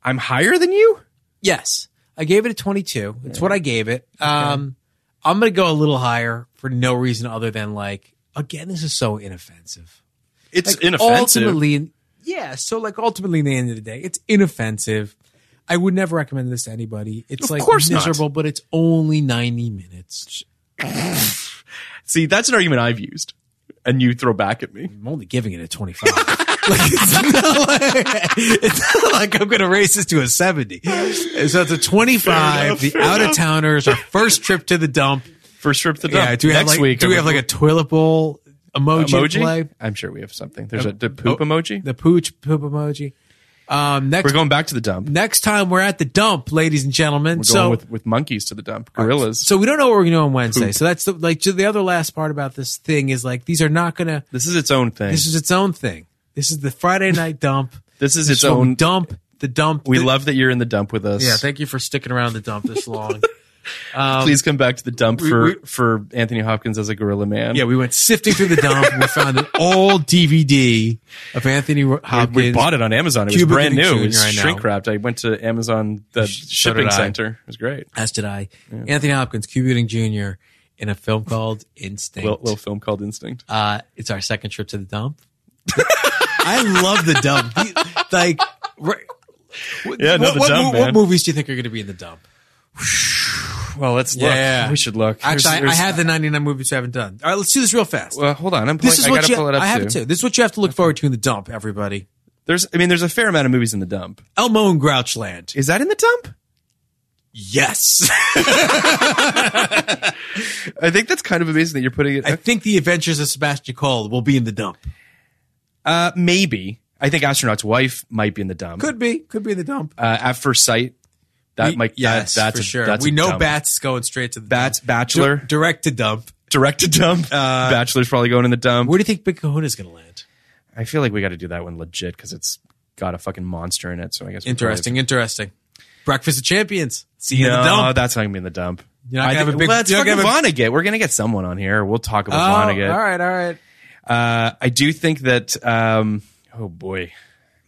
A: I'm higher than you.
B: Yes. I gave it a 22. It's what I gave it. Um, I'm going to go a little higher for no reason other than like, again, this is so inoffensive.
A: It's
B: Like, Ultimately, yeah. So like ultimately, in the end of the day, it's inoffensive. I would never recommend this to anybody. It's
A: Of
B: like
A: course not.
B: miserable, but it's only 90 minutes.
A: See, that's an argument I've used, and you throw back at me.
B: I'm only giving it a 25. [LAUGHS] like, it's, not like, it's not like I'm going to raise this to a 70. And So it's a 25. the out of towners, our first trip to the dump.
A: First trip to the
B: Yeah, do we have
A: Next
B: like,
A: week,
B: do we have like a toilet bowl emoji,
A: emoji?
B: play?
A: I'm sure we have something.
B: Oh,
A: There's a the poop emoji.
B: The pooch poop emoji. Um, next
A: We're going back to the dump.
B: next time we're at the dump, ladies and gentlemen.
A: We're
B: so
A: going with, with monkeys to the dump. Gorillas.
B: so we don't know what we're gonna do on Wednesday. So that's the like ju- the other last part about this thing is like these are not gonna.
A: this is its own thing.
B: This is its own thing. This is the Friday night dump.
A: This is [LAUGHS]
B: This
A: its
B: where we
A: own-
B: dump. The dump.
A: we
B: The-
A: love that you're in the dump with us.
B: Yeah, thank you for sticking around the dump this long.
A: Please come back to the dump
B: we-
A: for
B: we-
A: for Anthony Hopkins as a gorilla man.
B: [LAUGHS] yeah, we went sifting through the dump. and We found an old DVD of Anthony
A: We-
B: Hopkins.
A: we bought it on Amazon. It was
B: Cuba
A: brand
B: Gooding
A: new. It
B: Jr.
A: was
B: I know.
A: shrink wrapped. I went to Amazon the
B: did
A: shipping
B: I.
A: center. It was great.
B: As did I. Anthony Hopkins, Cuba Gooding Jr. in a film called Instinct.
A: Little, little film called Instinct.
B: Uh, it's our second trip to the dump. I love the dump. The- Like, right-
A: Yeah, no,
B: what,
A: the
B: what,
A: dump,
B: what,
A: man.
B: movies do you think are going to be in the dump?
A: Well, let's
B: look. Yeah.
A: We should loch
B: Actually, I- I have the 99 movies I haven't done. All right, let's do this real fast.
A: Well, hold on. I'm.
B: this
A: This
B: is
A: I
B: what
A: gotta
B: you,
A: pull it up
B: I have
A: too.
B: it too. This is what you have to look forward to in the dump, everybody.
A: There's. I mean, there's a fair amount of movies in the dump.
B: Elmo and Grouchland.
A: Is that in the dump?
B: [LAUGHS] Yes.
A: I think that's kind of amazing that you're putting
B: I
A: it.
B: think The Adventures of Sebastian Cole will be in the dump.
A: Uh, maybe. I think astronaut's wife might be in the dump.
B: Could be. Could be in the dump.
A: uh, at first sight. That
B: We-
A: might.
B: yes,
A: that, that's
B: for
A: a-
B: sure.
A: That's a
B: we know
A: dump.
B: Bats is going straight to the
A: Bats,
B: dump.
A: Bachelor. uh,
B: Dir- direct to dump. Uh,
A: direct to dump. Bachelor's probably going in the dump.
B: Where do you think Big Kahuna's going to land?
A: I feel like we got to do that one legit because it's got a fucking monster in it. So I guess we
B: Interesting, interesting. Breakfast of Champions. See
A: probably-
B: you in the
A: No,
B: dump.
A: that's not gonna be in the dump.
B: You're not
A: I
B: gonna
A: think-
B: have a big-
A: well, it's
B: you're not
A: fucking
B: gonna have
A: Vonnegut. We're gonna get someone on here. We'll talk about
B: Oh,
A: Vonnegut.
B: all right, all right.
A: Uh, I do think that. Um, oh boy,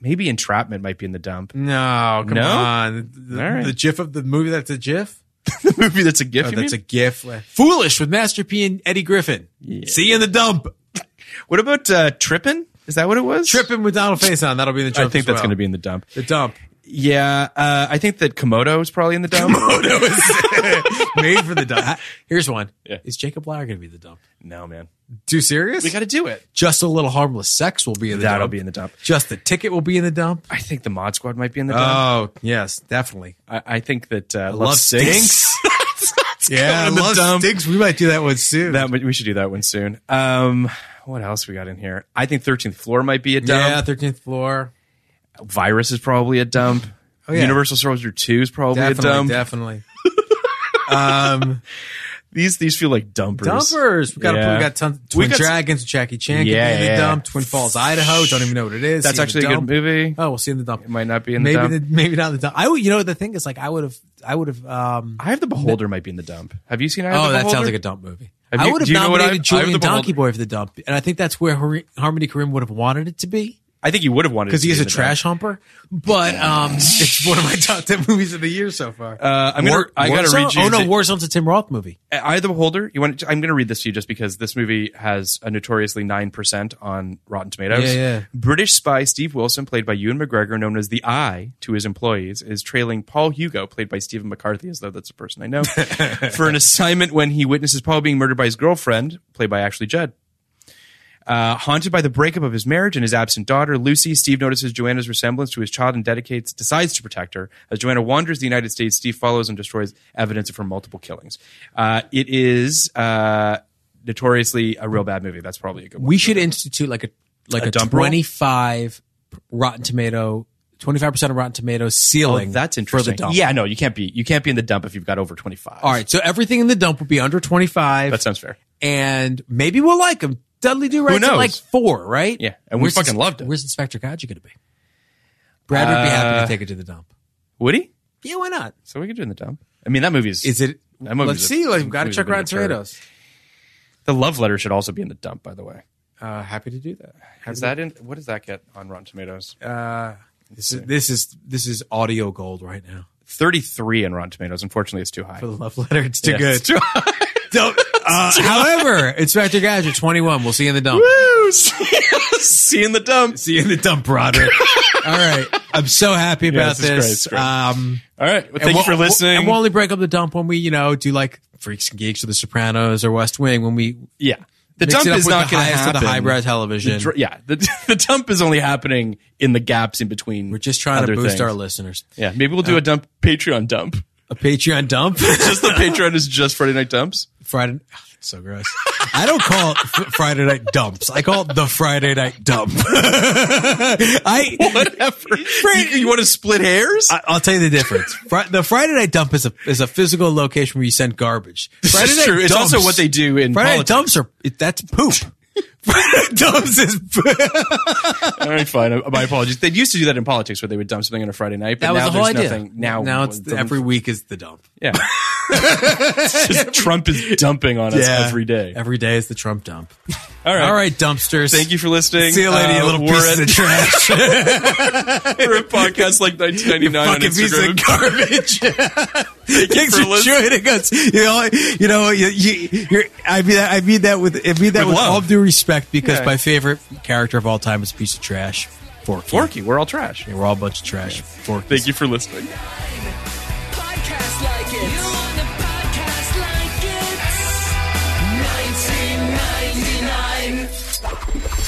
A: maybe entrapment might be in the dump. [LAUGHS]
B: No, come
A: No?
B: on. The,
A: All right.
B: the GIF of the movie that's a GIF.
A: the movie that's a gift.
B: Oh,
A: you
B: that's a
A: mean?
B: GIF. Foolish with Master P and Eddie Griffin. See you in the dump.
A: what about uh, trippin'? Is that what it was?
B: Tripping with Donald Face on. That'll be in the.
A: I
B: Trump
A: think
B: as
A: that's
B: well.
A: going to be in the dump.
B: the dump.
A: Yeah, uh, I think that Komodo is probably in the dump.
B: Made for the
A: [LAUGHS]
B: dump. Here's one.
A: Yeah.
B: Is Jacob Lauer going to be in the dump?
A: [LAUGHS] no, man,
B: Too serious?
A: we got to do it.
B: Just a little harmless sex will be in the
A: That'll
B: dump.
A: be in the dump.
B: Just the ticket will be in the dump.
A: I think the Mod Squad might be in the dump.
B: Oh yes, definitely.
A: I, I think that uh, Love,
B: Love
A: Stinks. [LAUGHS]
B: Yeah,
A: in the
B: love
A: dump.
B: stinks. We might do that one soon.
A: that we we should do that one soon. Um, what else we got in here? I think Thirteenth Floor might be a dump.
B: yeah, thirteenth floor. [SIGHS]
A: Virus is probably a dump.
B: yeah.
A: Universal Soldier Two is probably
B: definitely,
A: a dump.
B: definitely. um,
A: These these feel like dumpers.
B: dumpers. We got
A: Yeah.
B: we got tons,
A: We
B: Twin
A: got-
B: Dragons, Jackie Chan,
A: Yeah,
B: yeah,
A: yeah.
B: the dump. Twin Falls, Idaho. Don't even know what it is.
A: That's
B: See in the
A: actually a good
B: dump.
A: movie.
B: Oh, we'll see you in the dump. It
A: might not be in the
B: maybe
A: dump.
B: maybe not in the dump. I would. You know the thing is like I would have. I would have. Um,
A: I have the Beholder might be in the dump. Have you seen? I have
B: oh,
A: the
B: that
A: Beholder?
B: sounds like a dump movie.
A: Have
B: I
A: you-
B: would have
A: do you know what
B: nominated
A: I- I have
B: Julian
A: the Beholder-
B: Donkey Boy for the dump, and I think that's where Har- Harmony Karim would have wanted it to be
A: I think you would have wanted
B: because
A: it to
B: he is
A: be
B: a
A: in the dump.
B: trash humper. But um, it's one of my top ten movies of the year so far.
A: Uh, I'm gonna- I gotta
B: Warzone?
A: read you
B: Oh no,
A: the-
B: Warzone's a Tim Roth movie.
A: Eye of the Beholder. You want? To, I'm going to read this to you just because this movie has a notoriously nine percent on Rotten Tomatoes.
B: Yeah, yeah.
A: British spy Steve Wilson, played by Ewan McGregor, known as the Eye to his employees, is trailing Paul Hugo, played by Stephen McCarthy, as though that's a person I
B: [LAUGHS]
A: know, for an assignment when he witnesses Paul being murdered by his girlfriend, played by Ashley Judd. Uh, haunted by the breakup of his marriage and his absent daughter, Lucy, Steve notices Joanna's resemblance to his child and dedicates, decides to protect her. As Joanna wanders the United States, Steve follows and destroys evidence of her multiple killings. Uh, it is uh, notoriously a real bad movie. That's probably a good one.
B: We should institute like a like
A: A
B: a,
A: dump roll?
B: twenty five Rotten Tomato, twenty five percent of Rotten Tomatoes ceiling.
A: Oh, That's interesting.
B: For the dump.
A: Yeah, no, you can't be you can't be in the dump if you've got over twenty five.
B: All right, so everything in the dump would be under twenty five.
A: that sounds fair.
B: and maybe we'll like him. Dudley Do Right's at
A: knows?
B: like four, right?
A: Yeah, and we
B: Where's
A: fucking
B: Ins-
A: loved it. Uh,
B: Where's Inspector Gadget going to be? Brad would be happy to take it to the dump.
A: Woody,
B: Yeah, why not?
A: so we could do in the dump. I mean, that movie's
B: Is it?
A: That movie's
B: Let's
A: a-
B: see. Like, we've got to
A: movie's
B: check
A: a bit
B: around
A: of a turd.
B: tomatoes.
A: The love letter should also be in the dump. By the way,
B: Uh, happy to do that. Happy
A: is that in? What does that get on Rotten Tomatoes?
B: to- this is this is this is audio gold right now.
A: 33 in Rotten Tomatoes. Unfortunately, it's too high.
B: For the love letter, it's too
A: Yeah,
B: good.
A: it's
B: [LAUGHS]
A: too
B: Don't. Uh, however, Inspector Gadget twenty one. We'll see you in the dump.
A: Woo! [LAUGHS] See you in the dump.
B: See you in the dump, [LAUGHS] Broderick. All right, I'm so happy about
A: this is great, it's
B: this.
A: great.
B: Um,
A: All right. Well,
B: And
A: thank you
B: we'll-
A: for listening.
B: And we'll only break up the dump when we, you know, do like Freaks and Geeks or The Sopranos or West Wing when we
A: yeah. The
B: mix
A: dump
B: it up
A: is
B: with
A: not
B: the
A: going to
B: highest
A: happen.
B: of the highbrow television.
A: The dr- yeah. The, [LAUGHS] the dump is only happening in the gaps in between.
B: We're just trying to
A: other
B: boost
A: things.
B: our listeners.
A: Yeah. Maybe we'll do a dump Patreon dump. [LAUGHS]
B: A Patreon dump. [LAUGHS]
A: Just the Patreon is just Friday Night Dumps.
B: Friday. Oh, that's so gross. [LAUGHS] I don't call it fr- Friday night dumps. I call it the Friday night dump. [LAUGHS] I.
A: Whatever. you, [LAUGHS] you want to split hairs?
B: I- I'll tell you
A: [LAUGHS]
B: the difference. Fri- the Friday night dump is a is a physical location where you send garbage. Friday
A: is
B: night
A: true. It's
B: dumps-
A: also what they do [LAUGHS] in
B: Friday night
A: politics.
B: dumps are it, that's
A: [LAUGHS]
B: poop. Friday night dumps is poop.
A: All right, fine. Uh, My apologies. They used to do that in politics where they would dump something on a Friday night, but
B: That was
A: now
B: the whole
A: there's
B: idea.
A: nothing. Now,
B: now it's
A: the- [LAUGHS]
B: every week is the dump.
A: Yeah. It's just Trump is dumping on us every day.
B: Every day is the Trump dump.
A: [LAUGHS] All right.
B: All right, dumpsters.
A: Thank you for listening.
B: See you, lady.
A: Uh,
B: you little
A: we're
B: piece
A: at- [LAUGHS]
B: of
A: [LAUGHS]
B: trash.
A: We're at podcast [LAUGHS] like 1999 on
B: Fucking piece of
A: Instagram. [LAUGHS]
B: garbage. Thanks
A: for
B: for,
A: listening.
B: joining us. You know, you know, you, you, you're, I mean, that- I mean that with, I mean that
A: With
B: with,
A: love.
B: all due respect because
A: Yeah.
B: my favorite character of all time is a piece of trash, Forky.
A: Forky, we're all trash.
B: Yeah, we're all a bunch of trash. Forky.
A: Thank you for listening.
D: Podcast like it. You want a podcast like it? 1999.